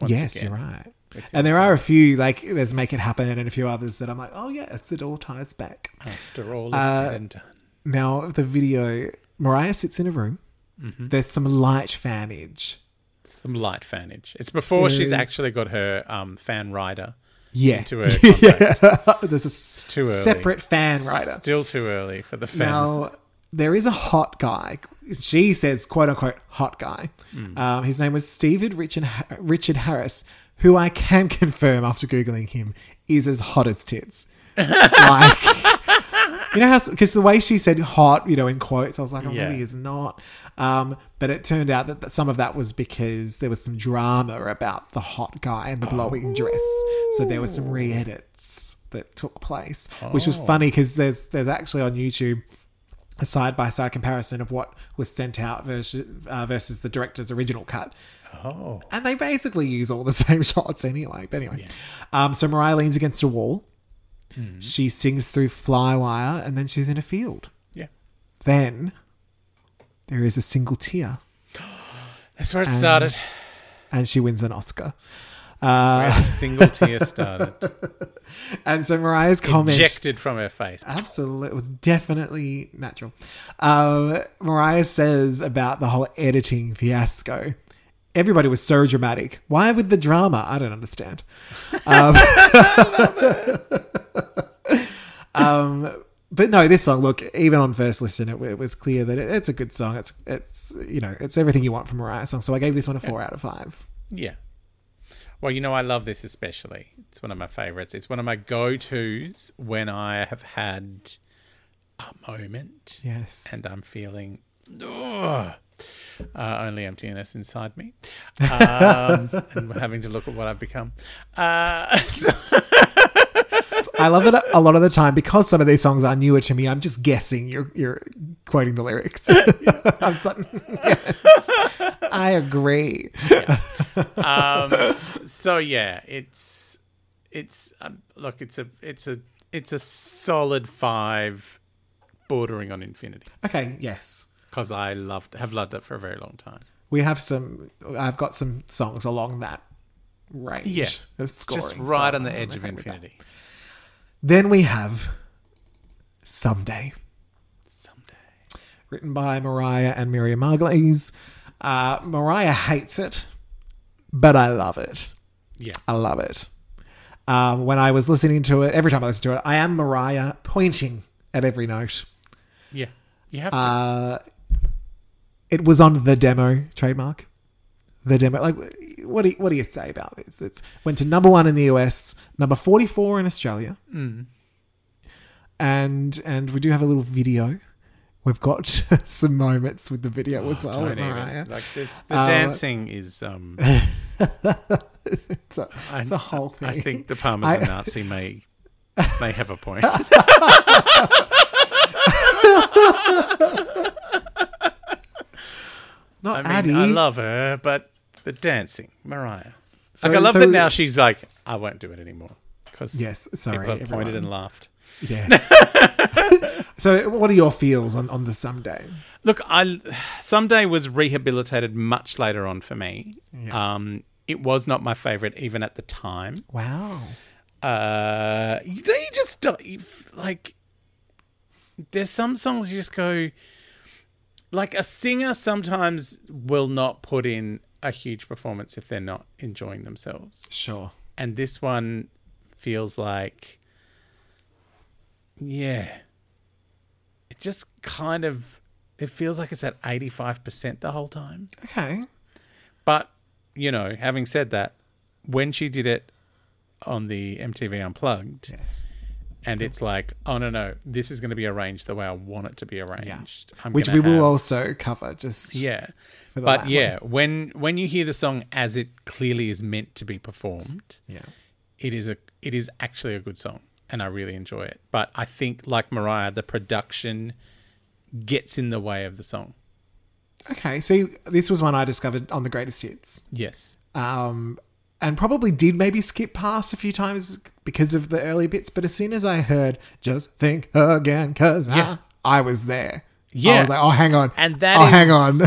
Speaker 1: Once
Speaker 2: yes,
Speaker 1: again.
Speaker 2: you're right.
Speaker 1: It's
Speaker 2: And there are a few, like, there's Make It Happen and a few others that I'm like, oh, yes, it all ties back.
Speaker 1: After all is
Speaker 2: Uh,
Speaker 1: said and done.
Speaker 2: Now, the video Mariah sits in a room.
Speaker 1: Mm-hmm.
Speaker 2: There's some light fanage.
Speaker 1: Some light fanage. It's before she's
Speaker 2: There's-
Speaker 1: actually got her um, fan rider
Speaker 2: Yeah.
Speaker 1: into her contract.
Speaker 2: there's a s-
Speaker 1: too early.
Speaker 2: separate fan writer.
Speaker 1: Still too early for the fan.
Speaker 2: Now, there is a hot guy. She says, quote unquote, hot guy.
Speaker 1: Mm.
Speaker 2: Um, his name was Steven Richard, Richard Harris, who I can confirm after Googling him is as hot as tits. like, you know how, because the way she said hot, you know, in quotes, I was like, oh,
Speaker 1: Yeah.
Speaker 2: maybe he's not. Um, but it turned out that, that some of that was because there was some drama about the hot guy and the blowing dress. So there were
Speaker 1: Oh.
Speaker 2: some re edits that took place, which was funny
Speaker 1: Oh.
Speaker 2: because there's, there's actually on YouTube a side by side comparison of what was sent out versus, uh, versus the director's original cut.
Speaker 1: oh.
Speaker 2: And they basically use all the same shots anyway. But anyway, um, so Mariah leans against a wall. She sings through Flywire and then she's in a field.
Speaker 1: Yeah.
Speaker 2: Then there is a single tear
Speaker 1: That's where it started.
Speaker 2: and she wins an Oscar. Uh,
Speaker 1: Where the single tear started.
Speaker 2: and so Mariah's comment.
Speaker 1: Ejected from her face.
Speaker 2: Absolutely. It was definitely natural. Um, Mariah says about the whole editing fiasco. Everybody was so dramatic. Why with the drama? I don't understand. Um, um, but no, this song. Look, even on first listen, it, it was clear that it, it's a good song. It's it's you know it's everything you want from a Mariah song. So I gave this one a four out of five.
Speaker 1: Yeah. Well, you know, I love this especially. It's one of my favorites. It's one of my go tos when I have had a moment
Speaker 2: Yes.
Speaker 1: and I'm feeling ugh, uh, only emptiness inside me um, and having to look at what I've become. Uh, so-
Speaker 2: I love that a lot of the time because some of these songs are newer to me. I'm just guessing you're you're quoting the lyrics. I'm just like, yes, I agree.
Speaker 1: um, so yeah, it's it's um, look, it's a it's a it's a solid five, bordering on infinity
Speaker 2: Okay, yes,
Speaker 1: because I loved have loved it for a very long time.
Speaker 2: we have some. I've got some songs along that range.
Speaker 1: Yeah,
Speaker 2: of scoring,
Speaker 1: just right
Speaker 2: so
Speaker 1: on the
Speaker 2: I'm
Speaker 1: edge
Speaker 2: okay
Speaker 1: of
Speaker 2: with that.
Speaker 1: infinity.
Speaker 2: Then we have someday.
Speaker 1: Someday.
Speaker 2: written by Mariah and Miriam Margolyes. Uh, Mariah hates it, but I love it.
Speaker 1: Yeah.
Speaker 2: I love it. Um, when I was listening to it, every time I listen to it, I am Mariah pointing at every note.
Speaker 1: Yeah, you have
Speaker 2: Uh, It was on the demo trademark. The demo, like, what do you, what do you say about this? It's went to number one in the US, number forty four in Australia,
Speaker 1: Mm.
Speaker 2: and and we do have a little video. We've got some moments with the video as
Speaker 1: to.
Speaker 2: well.
Speaker 1: Oh, Don't
Speaker 2: with
Speaker 1: even.
Speaker 2: oh, Mariah.
Speaker 1: Like this, the
Speaker 2: Uh,
Speaker 1: dancing is. Um,
Speaker 2: It's a,
Speaker 1: I-
Speaker 2: it's a whole thing.
Speaker 1: I think the Parmesan
Speaker 2: I-
Speaker 1: Nazi may may have a point.
Speaker 2: Not
Speaker 1: I mean,
Speaker 2: Addie.
Speaker 1: I love her, but the dancing, Mariah.
Speaker 2: So-
Speaker 1: like, I love
Speaker 2: so-
Speaker 1: that now she's like, I won't do it anymore because
Speaker 2: Yes, sorry,
Speaker 1: people have pointed
Speaker 2: everyone.
Speaker 1: and laughed.
Speaker 2: Yes. so, what are your feels on, on the someday?
Speaker 1: Look, I someday was rehabilitated much later on for me. Um, it was not my favorite even at the time.
Speaker 2: Wow.
Speaker 1: Uh, you don't you just don't, you, like. There's some songs you just go. Like a singer sometimes will not put in a huge performance if they're not enjoying themselves,
Speaker 2: Sure.
Speaker 1: and this one feels like. Yeah. It just kind of. It feels like it's at 85% the whole time.
Speaker 2: Okay.
Speaker 1: But you know, having said that, when she did it on the MTV Unplugged,
Speaker 2: Yes.
Speaker 1: and it's like, oh no, no, this is going to be arranged the way I want it to be arranged. I'm
Speaker 2: Which
Speaker 1: gonna
Speaker 2: we will
Speaker 1: have-
Speaker 2: also cover. Just
Speaker 1: yeah.
Speaker 2: for the
Speaker 1: But
Speaker 2: latter.
Speaker 1: yeah, when when you hear the song as it clearly is meant to be performed,
Speaker 2: Yeah.
Speaker 1: it is a it is actually a good song, and I really enjoy it. But I think, like Mariah, the production gets in the way of the song.
Speaker 2: Okay. See, this was one I discovered on the greatest hits.
Speaker 1: Yes,
Speaker 2: um, and probably did maybe skip past a few times because of the early bits. But as soon as I heard "Just Think Again," because
Speaker 1: Yeah.
Speaker 2: I, was there. I
Speaker 1: Yeah.
Speaker 2: was like, "Oh, hang on,"
Speaker 1: and that
Speaker 2: oh,
Speaker 1: is-
Speaker 2: hang on,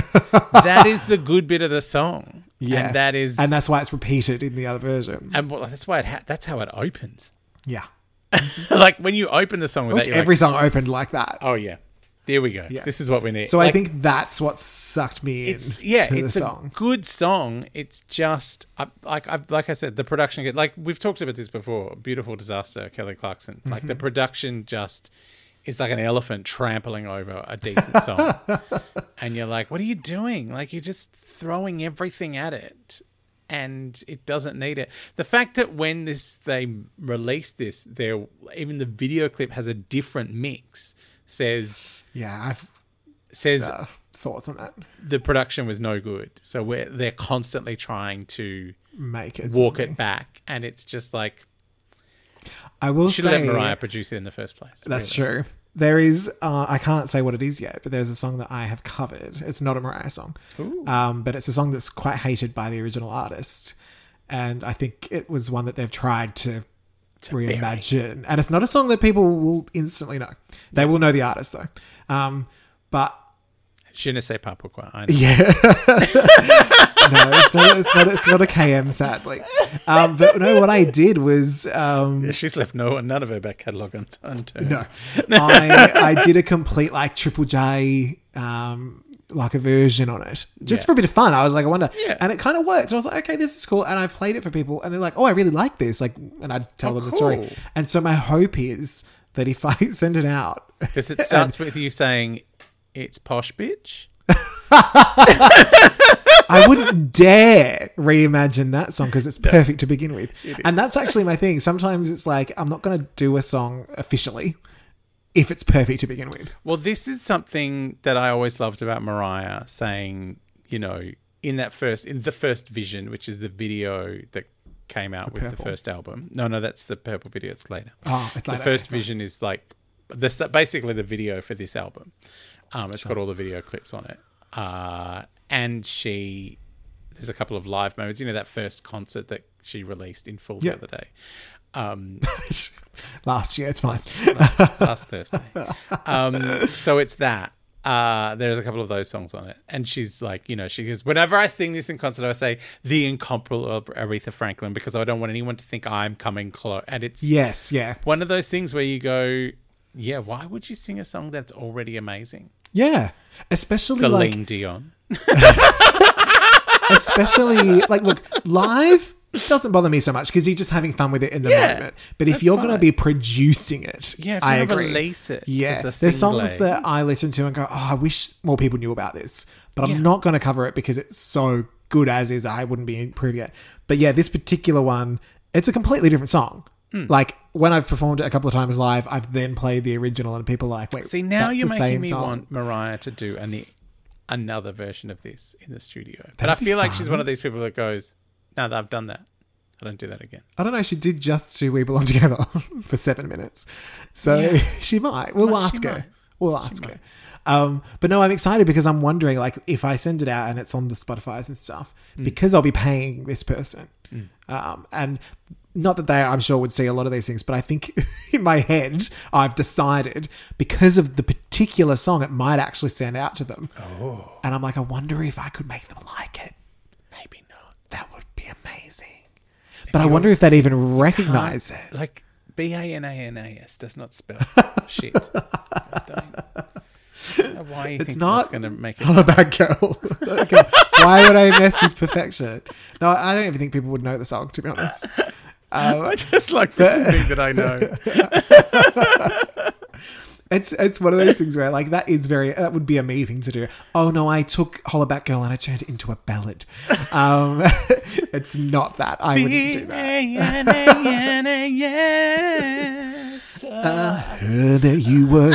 Speaker 1: that is the good bit of the song.
Speaker 2: yeah,
Speaker 1: and that is
Speaker 2: and that's why it's repeated in the other version.
Speaker 1: And well, that's why it ha- that's how it opens.
Speaker 2: yeah,
Speaker 1: like when you open the song with that,
Speaker 2: Almost
Speaker 1: you're
Speaker 2: every
Speaker 1: like,
Speaker 2: song opened like that.
Speaker 1: oh yeah, there we go.
Speaker 2: Yeah.
Speaker 1: This is what we need.
Speaker 2: so I
Speaker 1: Like,
Speaker 2: think that's what sucked me in.
Speaker 1: it's yeah,
Speaker 2: to
Speaker 1: it's
Speaker 2: the
Speaker 1: a
Speaker 2: song.
Speaker 1: good song. It's just I, like I like I said, the production. get- Like we've talked about this before. Beautiful disaster, Kelly Clarkson. Like
Speaker 2: Mm-hmm.
Speaker 1: the production just is like an elephant trampling over a decent song, and you're like, what are you doing? Like you're just throwing everything at it. And it doesn't need it. The fact that when this they released this, there even the video clip has a different mix says
Speaker 2: yeah, I've
Speaker 1: says
Speaker 2: uh, thoughts on that.
Speaker 1: the production was no good. So we're they're constantly trying to
Speaker 2: Make it
Speaker 1: walk
Speaker 2: something.
Speaker 1: it back, and it's just like
Speaker 2: I will
Speaker 1: should
Speaker 2: say
Speaker 1: have let Mariah produce it in the first place.
Speaker 2: That's true. There is, uh, I can't say what it is yet, but there's a song that I have covered. It's not a Mariah song, um, but it's a song that's quite hated by the original artist. And I think it was one that they've tried to, reimagine. And it's not a song that people will instantly know. They will know the artist, though. Um, but
Speaker 1: Je ne sais pas pourquoi. I know.
Speaker 2: yeah. no, it's not, it's, not, it's not a KM, sadly. Um, but no, what I did was. Um,
Speaker 1: She's left no none of her back catalogue un- unturned.
Speaker 2: No, I, I did a complete like Triple J um, like a version on it just
Speaker 1: Yeah.
Speaker 2: for a bit of fun. I was like, I wonder,
Speaker 1: Yeah.
Speaker 2: and it kind of worked. I was like, okay, this is cool, and I played it for people, and they're like, oh, I really like this, like, and I'd tell them the
Speaker 1: Oh, cool.
Speaker 2: story. And so my hope is that if I send it out,
Speaker 1: because it starts with you saying it's posh bitch.
Speaker 2: I wouldn't dare reimagine that song because it's perfect to begin with. And that's actually my thing. Sometimes it's like I'm not going to do a song officially if it's perfect to begin with.
Speaker 1: Well, this is something that I always loved about Mariah saying, you know, in that first, in the first vision, which is the video that came out with the
Speaker 2: purple.
Speaker 1: first album. No, no, that's the purple video. It's later.
Speaker 2: Oh, it's later,
Speaker 1: Ah, the first
Speaker 2: okay, sorry.
Speaker 1: vision is like the s- basically the video for this album. Um, it's got all the video clips on it, uh, and she there's a couple of live moments. You know that first concert that she released in full
Speaker 2: Yeah.
Speaker 1: the other day. Um,
Speaker 2: Last year, it's fine.
Speaker 1: last, last Thursday. Um, so it's that. Uh, there's a couple of those songs on it. And she's like, you know, she goes, whenever I sing this in concert, I say the incomparable Aretha Franklin because I don't want anyone to think I'm coming close. And it's
Speaker 2: Yes, yeah,
Speaker 1: one of those things where you go, yeah, why would you sing a song that's already amazing?
Speaker 2: yeah. Especially like
Speaker 1: Celine Dion.
Speaker 2: especially like look live doesn't bother me so much because you're just having fun with it in the
Speaker 1: Yeah,
Speaker 2: moment but if you're going to
Speaker 1: fine.
Speaker 2: be producing it
Speaker 1: Yeah, if
Speaker 2: i
Speaker 1: you're gonna
Speaker 2: agree
Speaker 1: release it
Speaker 2: yeah
Speaker 1: as a
Speaker 2: there's songs
Speaker 1: single.
Speaker 2: that i listen to and go oh i wish more people knew about this but i'm
Speaker 1: Yeah.
Speaker 2: not going to cover it because it's so good as is i wouldn't be improving it but yeah this particular one it's a completely different song
Speaker 1: Hmm.
Speaker 2: like when i've performed it a couple of times live i've then played the original and people are like wait
Speaker 1: See, now
Speaker 2: that's
Speaker 1: you're
Speaker 2: the
Speaker 1: making
Speaker 2: same
Speaker 1: me
Speaker 2: song.
Speaker 1: want Mariah to do an, another version of this in the studio. but I feel like she's one of these people that goes, no, I've done that. I don't do that again.
Speaker 2: I don't know. She did just do "We Belong Together" for seven minutes, so
Speaker 1: Yeah.
Speaker 2: she might. We'll
Speaker 1: Well, she
Speaker 2: ask her.
Speaker 1: might.
Speaker 2: We'll ask her. Um, but no, I'm excited because I'm wondering, like, if I send it out and it's on the Spotify's and stuff,
Speaker 1: Mm.
Speaker 2: because I'll be paying this person, um, and not that they, I'm sure, would see a lot of these things, but I think in my head, I've decided because of the particular song, it might actually stand out to them. Oh. And I'm like, I wonder if I could make them like it.
Speaker 1: Maybe not.
Speaker 2: That would be amazing. But I wonder if they'd even recognize it.
Speaker 1: Like B A N A N A S does not spell shit. I don't know why you think
Speaker 2: not-
Speaker 1: that's going to make it.
Speaker 2: I'm a bad girl. Okay. Why would I mess with perfection? No, I don't even think people would know the song, to be honest.
Speaker 1: I just like pretending that I know.
Speaker 2: It's it's one of those things where like that is very that would be a me thing to do. Oh no, I took Hollaback Girl and I turned it into a ballad. Um, it's not that I wouldn't do that.
Speaker 1: B-A-N-A-N-A-S.
Speaker 2: Heard that you were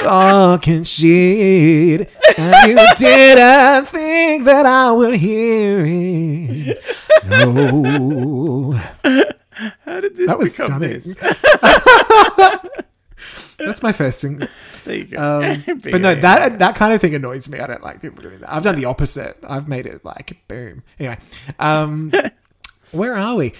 Speaker 2: talking shit and you didn't think that I would hear it. No,
Speaker 1: How did this
Speaker 2: that was
Speaker 1: become
Speaker 2: stunning.
Speaker 1: this?
Speaker 2: That's my first thing.
Speaker 1: There you go.
Speaker 2: Um, but no, that that kind of thing annoys me. I don't like people doing that. I've done the opposite. I've made it like boom. Anyway, um, where are we?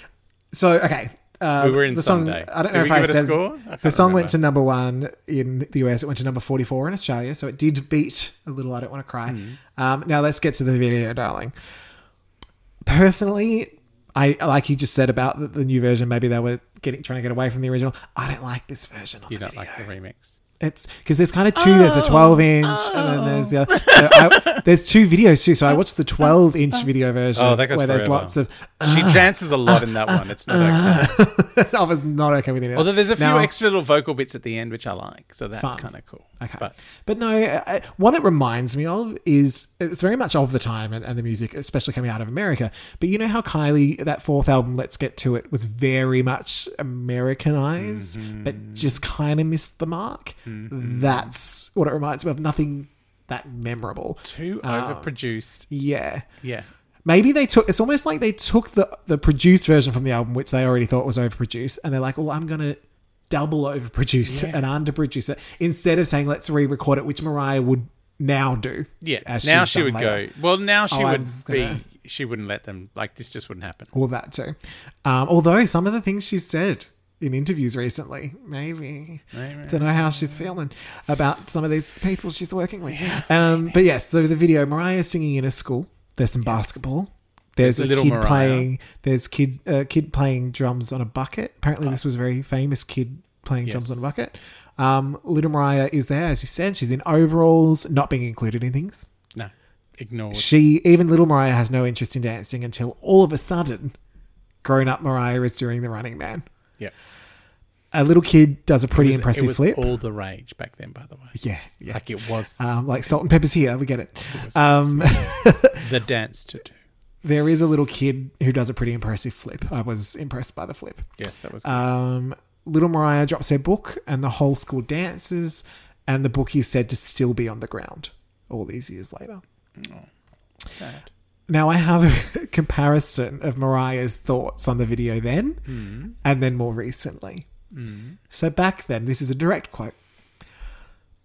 Speaker 2: So okay, uh,
Speaker 1: We were in
Speaker 2: the song.
Speaker 1: Sunday.
Speaker 2: I don't
Speaker 1: Did
Speaker 2: know
Speaker 1: we
Speaker 2: if I
Speaker 1: give it a
Speaker 2: said
Speaker 1: score? I can't
Speaker 2: the song
Speaker 1: remember.
Speaker 2: went to number one in the US. It went to number forty-four in Australia, so it did beat a little. I don't want to cry.
Speaker 1: Hmm.
Speaker 2: Um, now let's get to the video, darling. Personally. I like you just said about the, the new version. Maybe they were getting trying to get away from the original. I don't like this version. On
Speaker 1: you
Speaker 2: the
Speaker 1: don't
Speaker 2: video.
Speaker 1: like the remix.
Speaker 2: It's because there's kind of two. there's a 12 inch, and then there's the other. so I, there's two videos too. So I watched the 12 inch video version
Speaker 1: Oh, that goes
Speaker 2: where there's
Speaker 1: forever.
Speaker 2: lots of.
Speaker 1: She dances a lot in that
Speaker 2: Ah,
Speaker 1: one. It's not okay.
Speaker 2: I was not okay with it.
Speaker 1: Although there's a few
Speaker 2: Now-
Speaker 1: extra little vocal bits at the end which I like, so that's
Speaker 2: Fun.
Speaker 1: kind of cool.
Speaker 2: Okay. But,
Speaker 1: But
Speaker 2: no, I, I- what it reminds me of is it's very much of the time and, and the music, especially coming out of America. But you know how Kylie, that fourth album, Let's Get to It, was very much Americanized,
Speaker 1: Mm-hmm.
Speaker 2: but just kind of missed the mark? That's what it reminds me of. Nothing that memorable.
Speaker 1: too
Speaker 2: Ah.
Speaker 1: overproduced.
Speaker 2: Yeah.
Speaker 1: Yeah.
Speaker 2: Maybe they took. It's almost like they took the the produced version from the album, which they already thought was overproduced, and they're like, "Well, I'm gonna double overproduce it and underproduce it," instead of saying, "Let's re-record it," which Mariah would now do.
Speaker 1: Yeah.
Speaker 2: as
Speaker 1: now
Speaker 2: she's
Speaker 1: she
Speaker 2: done
Speaker 1: would
Speaker 2: later.
Speaker 1: go. Well, now she
Speaker 2: Oh, I
Speaker 1: would
Speaker 2: was
Speaker 1: be.
Speaker 2: gonna-
Speaker 1: She wouldn't let them. Like this just wouldn't happen.
Speaker 2: all that too. Um, although some of the things she said in interviews recently, maybe, don't know how she's feeling about some of these people she's working with. Um, but yes, so the video, Mariah's singing in a school. There's some basketball. There's, a
Speaker 1: little
Speaker 2: kid
Speaker 1: Mariah.
Speaker 2: playing. There's kid a kid playing drums on a bucket. Apparently, this was a very famous kid playing drums on a
Speaker 1: Uh, Yes.
Speaker 2: bucket. Um, Little Mariah is there, as you said. She's in overalls, not being included in things.
Speaker 1: No. Ignore.
Speaker 2: She, even little Mariah, has no interest in dancing until all of a sudden, grown up Mariah is doing the running man.
Speaker 1: yeah.
Speaker 2: A little kid does a pretty impressive
Speaker 1: it was
Speaker 2: flip.
Speaker 1: all the rage back then, by the way.
Speaker 2: yeah, yeah.
Speaker 1: Like it was
Speaker 2: um, like salt and peppers here, we get it. Um,
Speaker 1: the dance to do.
Speaker 2: there is a little kid who does a pretty impressive flip. I was impressed by the flip.
Speaker 1: Yes, that was.
Speaker 2: Um, little Mariah drops her book, and the whole school dances, and the book is said to still be on the ground all these years later.
Speaker 1: sad.
Speaker 2: Now I have a comparison of Mariah's thoughts on the video then and then more recently. So back then, this is a direct quote.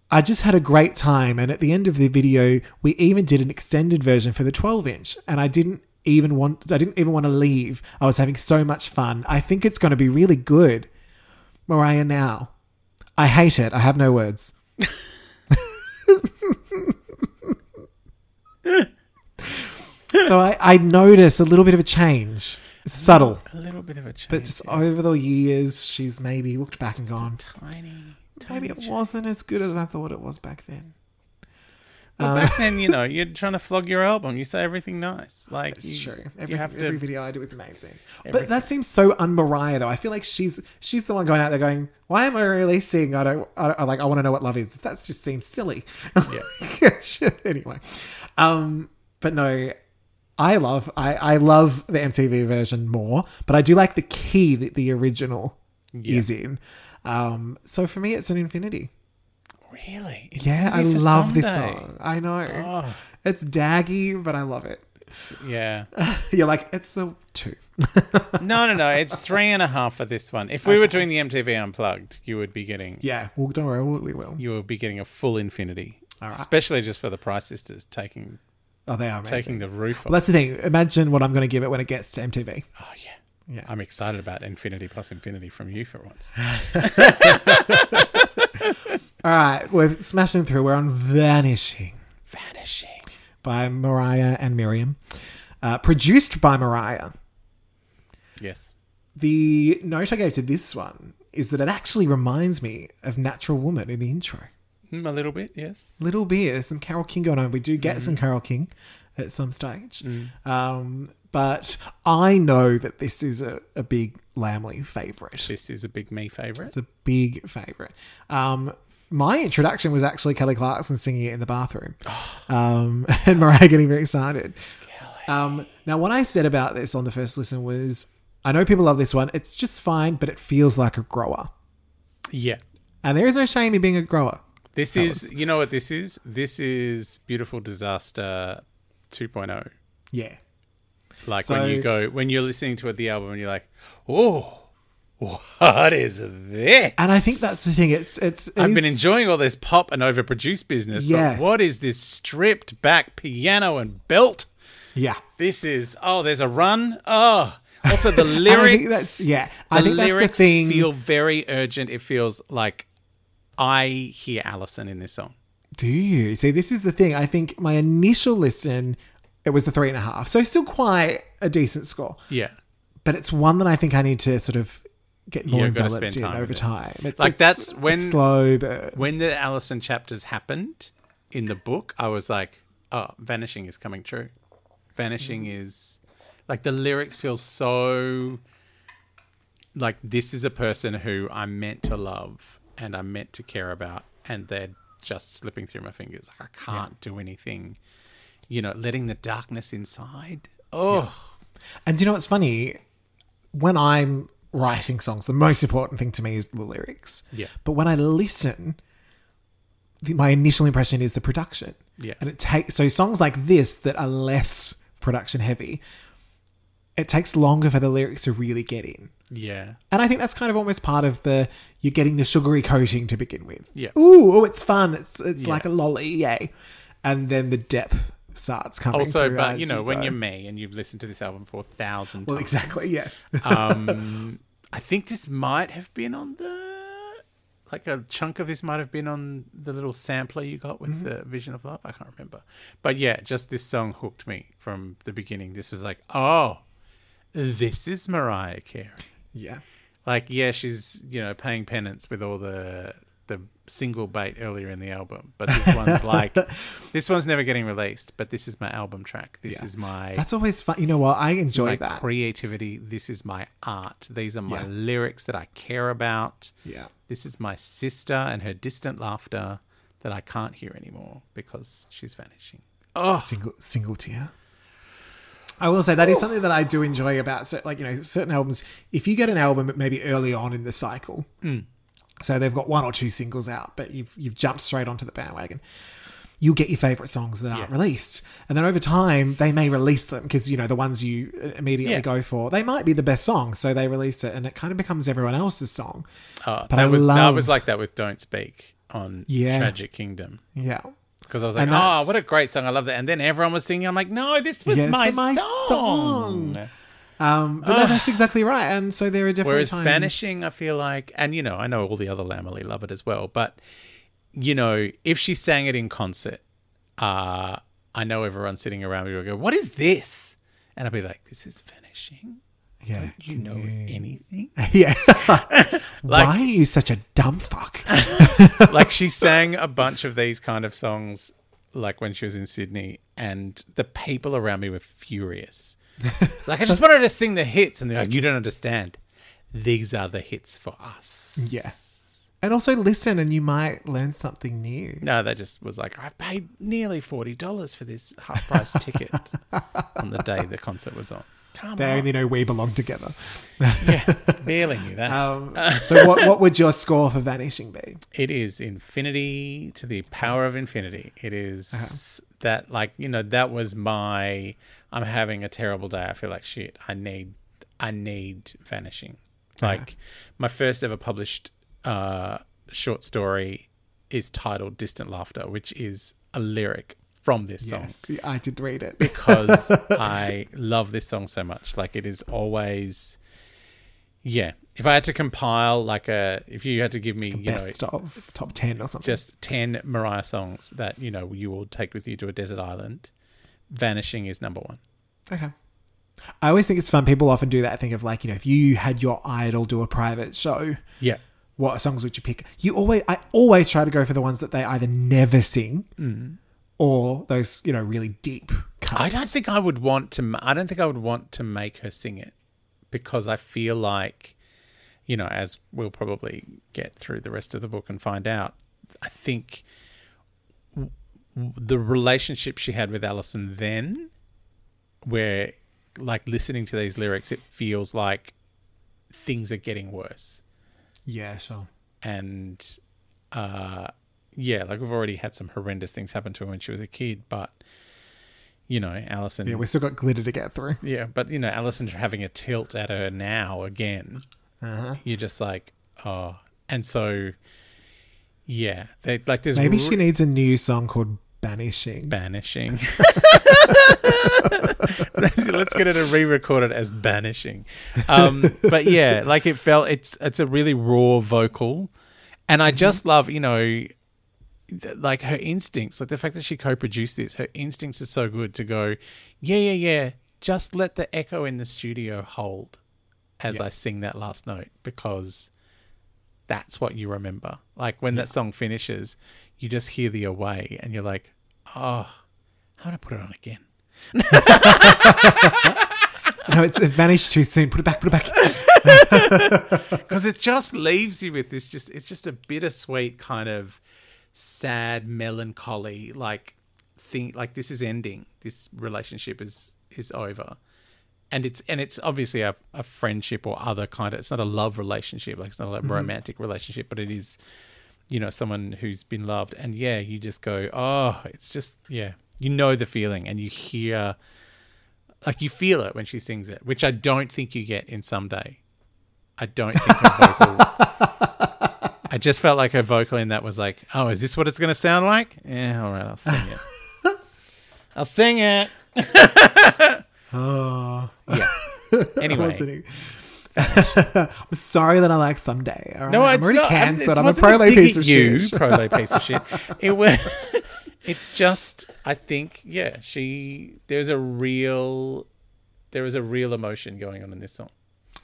Speaker 2: I just had a great time, and at the end of the video, we even did an extended version for the 12 inch, and I didn't even want I didn't even want to leave. I was having so much fun. I think it's going to be really good. Mariah now. I hate it. I have no words. so I, I notice a little bit of a change. Subtle.
Speaker 1: A little bit of a change.
Speaker 2: But just over the years, she's maybe looked back and gone,
Speaker 1: tiny.
Speaker 2: maybe it wasn't as good as I thought it was back then. Uh,
Speaker 1: Well, back then, you know, you're trying to flog your album. You say everything nice. Like
Speaker 2: It's
Speaker 1: you,
Speaker 2: true.
Speaker 1: you
Speaker 2: Every,
Speaker 1: have to.
Speaker 2: every video I do is amazing. But that seems so un-Mariah, though. I feel like she's she's the one going out there going, "Why am I releasing? I don't, I don't I like. I want to know what love is." That just seems silly. Yeah. anyway, um, but no, I love I I love the MTV version more, but I do like the key that the original is in. Um, so for me, it's an infinity.
Speaker 1: Really?
Speaker 2: Yeah, I
Speaker 1: Infinity for
Speaker 2: love this
Speaker 1: Sunday.
Speaker 2: song. I know
Speaker 1: Oh.
Speaker 2: it's daggy, but I love it.
Speaker 1: Yeah.
Speaker 2: You're like, it's a two.
Speaker 1: No, no, no. It's three and a half for this one. If we were doing the MTV Unplugged, you would be getting
Speaker 2: Yeah, well, don't worry, we we will.
Speaker 1: you would be getting a full infinity,
Speaker 2: right.
Speaker 1: especially just for the Price Sisters taking
Speaker 2: Oh, they are amazing.
Speaker 1: taking the roof off.
Speaker 2: well, that's the thing. Imagine what I'm going to give it when it gets to MTV.
Speaker 1: oh yeah.
Speaker 2: Yeah.
Speaker 1: I'm excited about infinity plus infinity from you for once.
Speaker 2: All right, we're smashing through. We're on Vanishing
Speaker 1: Vanishing.
Speaker 2: by Mariah and Miriam. Uh, produced by Mariah.
Speaker 1: Yes.
Speaker 2: The note I gave to this one is that it actually reminds me of Natural Woman in the intro.
Speaker 1: Mm, a little bit, yes.
Speaker 2: Little bit. There's some Carol King going on. We do get
Speaker 1: Mm.
Speaker 2: some Carol King at some stage. Um, but I know that this is a, a big Lamley favourite.
Speaker 1: This is a big me favorite.
Speaker 2: It's a big favorite. Um, my introduction was actually Kelly Clarkson singing it in the bathroom,
Speaker 1: Oh.
Speaker 2: um, and Mariah getting very excited. Um, now, what I said about this on the first listen was, I know people love this one. It's just fine, but it feels like a grower,
Speaker 1: Yeah.
Speaker 2: and there is no shame in being a grower.
Speaker 1: This is, you know what this is? This is Beautiful Disaster 2.0.
Speaker 2: Yeah,
Speaker 1: Like
Speaker 2: So-
Speaker 1: when you go, when you're listening to the album and you're like, oh, what is this?
Speaker 2: and I think that's the thing. It's it's. it
Speaker 1: I've been
Speaker 2: is-
Speaker 1: enjoying all this pop and overproduced business,
Speaker 2: Yeah.
Speaker 1: but what is this stripped back piano and belt?
Speaker 2: Yeah,
Speaker 1: This is, oh, there's a run. Oh, also the
Speaker 2: And I
Speaker 1: lyrics.
Speaker 2: think that's yeah. I
Speaker 1: the
Speaker 2: think that's
Speaker 1: lyrics
Speaker 2: the thing.
Speaker 1: feel very urgent. It feels like I hear Allison in this song.
Speaker 2: Do you? See, this is the thing. I think my initial listen, it was the three and a half. So still quite a decent score.
Speaker 1: Yeah.
Speaker 2: But it's one that I think I need to sort of get more
Speaker 1: Yeah, gotta
Speaker 2: enveloped
Speaker 1: spend
Speaker 2: in
Speaker 1: time
Speaker 2: over
Speaker 1: with it.
Speaker 2: time. It's
Speaker 1: Like,
Speaker 2: it's-
Speaker 1: that's
Speaker 2: it's
Speaker 1: when-
Speaker 2: slow burn.
Speaker 1: When the Allison chapters happened in the book, I was like, oh, Vanishing is coming true. Vanishing
Speaker 2: Mm-hmm.
Speaker 1: is like the lyrics feel so like this is a person who I'm meant to love and I'm meant to care about, and they're just slipping through my fingers. Like, I can't do anything. You know, letting the darkness inside. Oh,
Speaker 2: And do you know what's funny? When I'm writing songs, the most important thing to me is the lyrics.
Speaker 1: Yeah.
Speaker 2: But when I listen, the, my initial impression is the production.
Speaker 1: Yeah.
Speaker 2: And it takes so songs like this that are less production heavy. It takes longer for the lyrics to really get in.
Speaker 1: yeah.
Speaker 2: And I think that's kind of almost part of the you're getting the sugary coating to begin with.
Speaker 1: Yeah.
Speaker 2: Ooh, oh, it's fun. It's it's
Speaker 1: Yeah.
Speaker 2: like a lolly, yay. And then the depth starts coming.
Speaker 1: Also,
Speaker 2: through
Speaker 1: but
Speaker 2: as
Speaker 1: you know, when
Speaker 2: go.
Speaker 1: you're me and you've listened to this album for a thousand
Speaker 2: well,
Speaker 1: times,
Speaker 2: exactly, yeah,
Speaker 1: um, I think this might have been on the like a chunk of this might have been on the little sampler you got with the Vision of Love. I can't remember, but yeah, just this song hooked me from the beginning. This was like, oh, this is Mariah Carey.
Speaker 2: yeah,
Speaker 1: Like, yeah, she's you know paying penance with all the the single bait earlier in the album, but this one's like, this one's never getting released. But this is my album track. This
Speaker 2: Yeah.
Speaker 1: is my
Speaker 2: that's always fun. You know what? I enjoy
Speaker 1: my
Speaker 2: that.
Speaker 1: creativity. This is my art. These are my
Speaker 2: Yeah.
Speaker 1: lyrics that I care about.
Speaker 2: yeah,
Speaker 1: This is my sister and her distant laughter that I can't hear anymore because she's vanishing. Oh,
Speaker 2: single single tier. I will say that is something that I do enjoy about cer- like you know certain albums. If you get an album maybe early on in the cycle,
Speaker 1: Mm.
Speaker 2: so they've got one or two singles out, but you've you've jumped straight onto the bandwagon. You'll get your favorite songs that aren't released, and then over time they may release them because you know the ones you uh, immediately
Speaker 1: Yeah.
Speaker 2: go for they might be the best song, so they release it, and it kind of becomes everyone else's song.
Speaker 1: uh,
Speaker 2: But
Speaker 1: that
Speaker 2: I
Speaker 1: was that
Speaker 2: love-
Speaker 1: was like that with "Don't Speak" on
Speaker 2: Yeah.
Speaker 1: Tragic Kingdom
Speaker 2: Yeah,
Speaker 1: because I was like,
Speaker 2: And
Speaker 1: oh,
Speaker 2: that's-
Speaker 1: what a great song! I love that. And then everyone was singing. I'm like, no, this was
Speaker 2: Yes,
Speaker 1: my,
Speaker 2: my
Speaker 1: song.
Speaker 2: song. um, but no, that's exactly right, and so there are definitely
Speaker 1: Ah. Whereas
Speaker 2: times-
Speaker 1: vanishing, I feel like, and you know, I know all the other Lamely love it as well, but you know, if she sang it in concert, uh, I know everyone sitting around me will go, "What is this?" And I'll be like, "This is vanishing."
Speaker 2: Yeah,
Speaker 1: You know
Speaker 2: Mm.
Speaker 1: anything?
Speaker 2: Yeah.
Speaker 1: Like-
Speaker 2: Why are you such a dumb fuck?
Speaker 1: like she sang a bunch of these kind of songs, like when she was in Sydney, and the people around me were furious. It's like I just wanted to sing the hits, and they're like, "You don't understand. These are the hits for us."
Speaker 2: yeah. And also listen, and you might learn something new.
Speaker 1: No, that just was like, I paid nearly forty dollars for this half price ticket on the day the concert was on. Come
Speaker 2: They
Speaker 1: on.
Speaker 2: only know we belong together.
Speaker 1: yeah, barely knew that.
Speaker 2: Um,
Speaker 1: Ah.
Speaker 2: so, what, what would your score for Vanishing be?
Speaker 1: it is infinity to the power of infinity. It is that like, you know, that was my I'm having a terrible day. I feel like shit. I need I need vanishing. Like my first ever published uh short story is titled Distant Laughter, which is a lyric from this song.
Speaker 2: Yes, I did read it.
Speaker 1: because I love this song so much. Like it is always, yeah. If I had to compile like a, if you had to give me, you know,
Speaker 2: Best of top 10 or something.
Speaker 1: just ten Mariah songs that you know you will take with you to a desert island, "Vanishing" is number one.
Speaker 2: okay. I always think it's fun. People often do that thing of like, you know, if you had your idol do a private show,
Speaker 1: Yeah.
Speaker 2: what songs would you pick? You always, I always try to go for the ones that they either never sing or those, you know, really deep cuts.
Speaker 1: Mm. I don't think I would want to. ma- I don't think I would want to make her sing it because I feel like, you know, as we'll probably get through the rest of the book and find out, I think w- w- the relationship she had with Alison then, where like listening to these lyrics, it feels like things are getting worse
Speaker 2: Yeah, sure.
Speaker 1: and uh yeah like we've already had some horrendous things happen to her when she was a kid but you know Alison
Speaker 2: Yeah,
Speaker 1: yeah,
Speaker 2: we've still got glitter to get through.
Speaker 1: but you know Alison's having a tilt at her now again
Speaker 2: Uh-huh.
Speaker 1: you're just like oh and so yeah they like there's
Speaker 2: Maybe
Speaker 1: re-
Speaker 2: she needs a new song called Banishing.
Speaker 1: banishing let's get it a re-record it as banishing um but yeah like it felt it's it's a really raw vocal and i just love you know th- like her instincts like the fact that she co-produced this her instincts are so good to go yeah yeah yeah just let the echo in the studio hold as i sing that last note because that's what you remember like when that song finishes you just hear the away and you're like oh i'm gonna put it on again
Speaker 2: no, it's it vanished too soon. Put it back, put it back.
Speaker 1: because it just leaves you with this just it's just a bittersweet kind of sad melancholy like thing like this is ending this relationship is is over and it's and it's obviously a, a friendship or other kind of it's not a love relationship like it's not a romantic relationship but it is you know someone who's been loved and yeah you just go oh it's just yeah you know the feeling and you hear like you feel it when she sings it which i don't think you get in someday I don't think her vocal. I just felt like her vocal in that was like, oh, is this what it's going to sound like? Yeah, all right, I'll sing it. I'll sing it.
Speaker 2: Oh,
Speaker 1: Yeah. Anyway.
Speaker 2: anyway. I'm sorry that I like someday. all right?
Speaker 1: No,
Speaker 2: I'm
Speaker 1: it's
Speaker 2: already
Speaker 1: not. I'm-
Speaker 2: cancelled.
Speaker 1: it
Speaker 2: I'm a
Speaker 1: wasn't a
Speaker 2: pro
Speaker 1: dig at
Speaker 2: piece of
Speaker 1: you,
Speaker 2: shit.
Speaker 1: Prolo piece of shit. It was. It's just, I think, yeah. She there's a real, there is a real emotion going on in this song.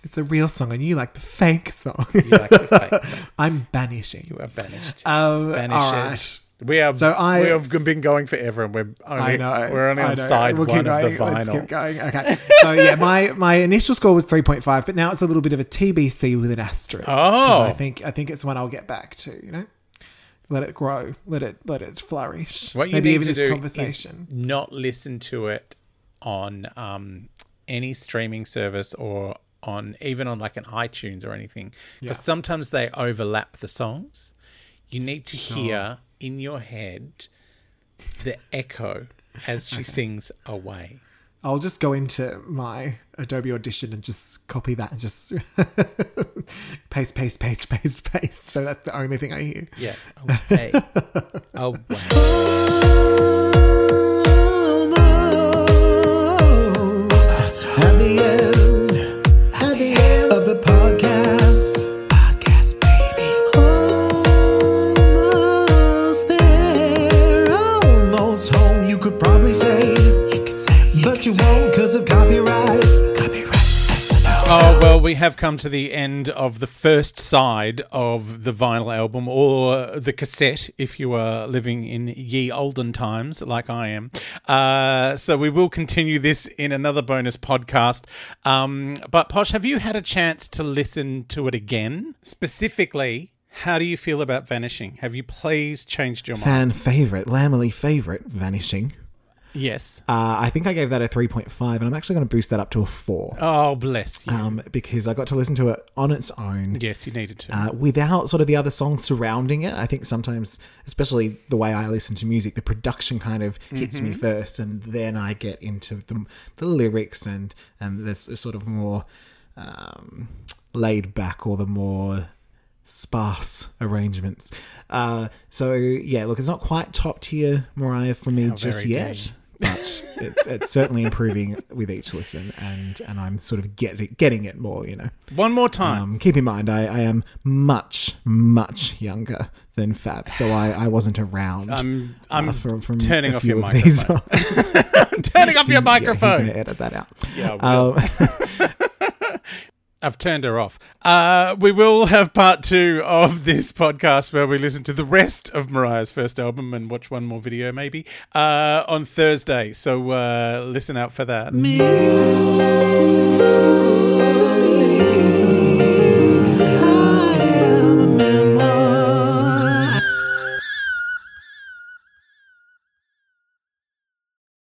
Speaker 2: It's a real song, and you like the fake song.
Speaker 1: You like the fake.
Speaker 2: I'm banishing.
Speaker 1: You are banished.
Speaker 2: Um,
Speaker 1: Banished.
Speaker 2: all right.
Speaker 1: We are.
Speaker 2: So I-
Speaker 1: we have been going forever, and we're only,
Speaker 2: I know.
Speaker 1: we're only
Speaker 2: I
Speaker 1: on
Speaker 2: know.
Speaker 1: side
Speaker 2: We'll keep
Speaker 1: one of the
Speaker 2: going. Let's keep
Speaker 1: vinyl.
Speaker 2: going. Okay. So yeah, my my initial score was three point five, but now it's a little bit of a TBC with an asterisk. 'cause I
Speaker 1: Oh.
Speaker 2: think I think it's one I'll get back to. You know, let it grow, let it let it flourish.
Speaker 1: What you
Speaker 2: Maybe
Speaker 1: need
Speaker 2: even
Speaker 1: to
Speaker 2: this
Speaker 1: do
Speaker 2: conversation.
Speaker 1: is not listen to it on um, any streaming service or on even on like an iTunes or anything, because sometimes they overlap the songs. You need to hear in your head the echo as she sings away.
Speaker 2: I'll just go into my Adobe Audition and just copy that and just paste, paste, paste, paste, paste. So that's the only thing I hear.
Speaker 1: Yeah, away, away.
Speaker 3: Almost at the end, at the end of the podcast. Podcast, baby. Almost there, almost home. You could probably say, you could say, but you won't because of copyright. Copyright, that's a no.
Speaker 1: Oh, well, we have come to the end of the first side of the vinyl album or the cassette if you are living in ye olden times like I am. Uh, so we will continue this in another bonus podcast. Um, but, Posh, have you had a chance to listen to it again? Specifically, how do you feel about Vanishing? Have you please changed your mind?
Speaker 2: Fan favorite, Lamely favorite, Vanishing.
Speaker 1: Yes.
Speaker 2: Uh, I think I gave that a 3.5, and I'm actually going to boost that up to a 4
Speaker 1: Oh, bless you.
Speaker 2: um, because I got to listen to it on its own
Speaker 1: Yes, you needed to.
Speaker 2: uh, without sort of the other songs surrounding it. I think sometimes, especially the way I listen to music, the production kind of hits
Speaker 1: Mm-hmm.
Speaker 2: me first, and then I get into the, the lyrics and, and the s- sort of more um, laid back or the more sparse arrangements. Uh, so, yeah, look, it's not quite top tier Mariah for me just
Speaker 1: very
Speaker 2: yet.
Speaker 1: dang.
Speaker 2: but it's it's certainly improving with each listen, and and I'm sort of getting getting it more. You know,
Speaker 1: One more time.
Speaker 2: um, keep in mind I, I am much much younger than Fab, so I, I wasn't around.
Speaker 1: I'm-
Speaker 2: uh,
Speaker 1: I'm turning
Speaker 2: a
Speaker 1: off
Speaker 2: few
Speaker 1: your
Speaker 2: of these.
Speaker 1: I'm turning off your
Speaker 2: Yeah,
Speaker 1: microphone.
Speaker 2: he's gonna edit that out.
Speaker 1: Yeah, I will.
Speaker 2: Um,
Speaker 1: I've turned her off. Uh, we will have part two of this podcast where we listen to the rest of Mariah's first album and watch one more video, maybe, uh, on Thursday. So uh, listen out for that.
Speaker 3: Me.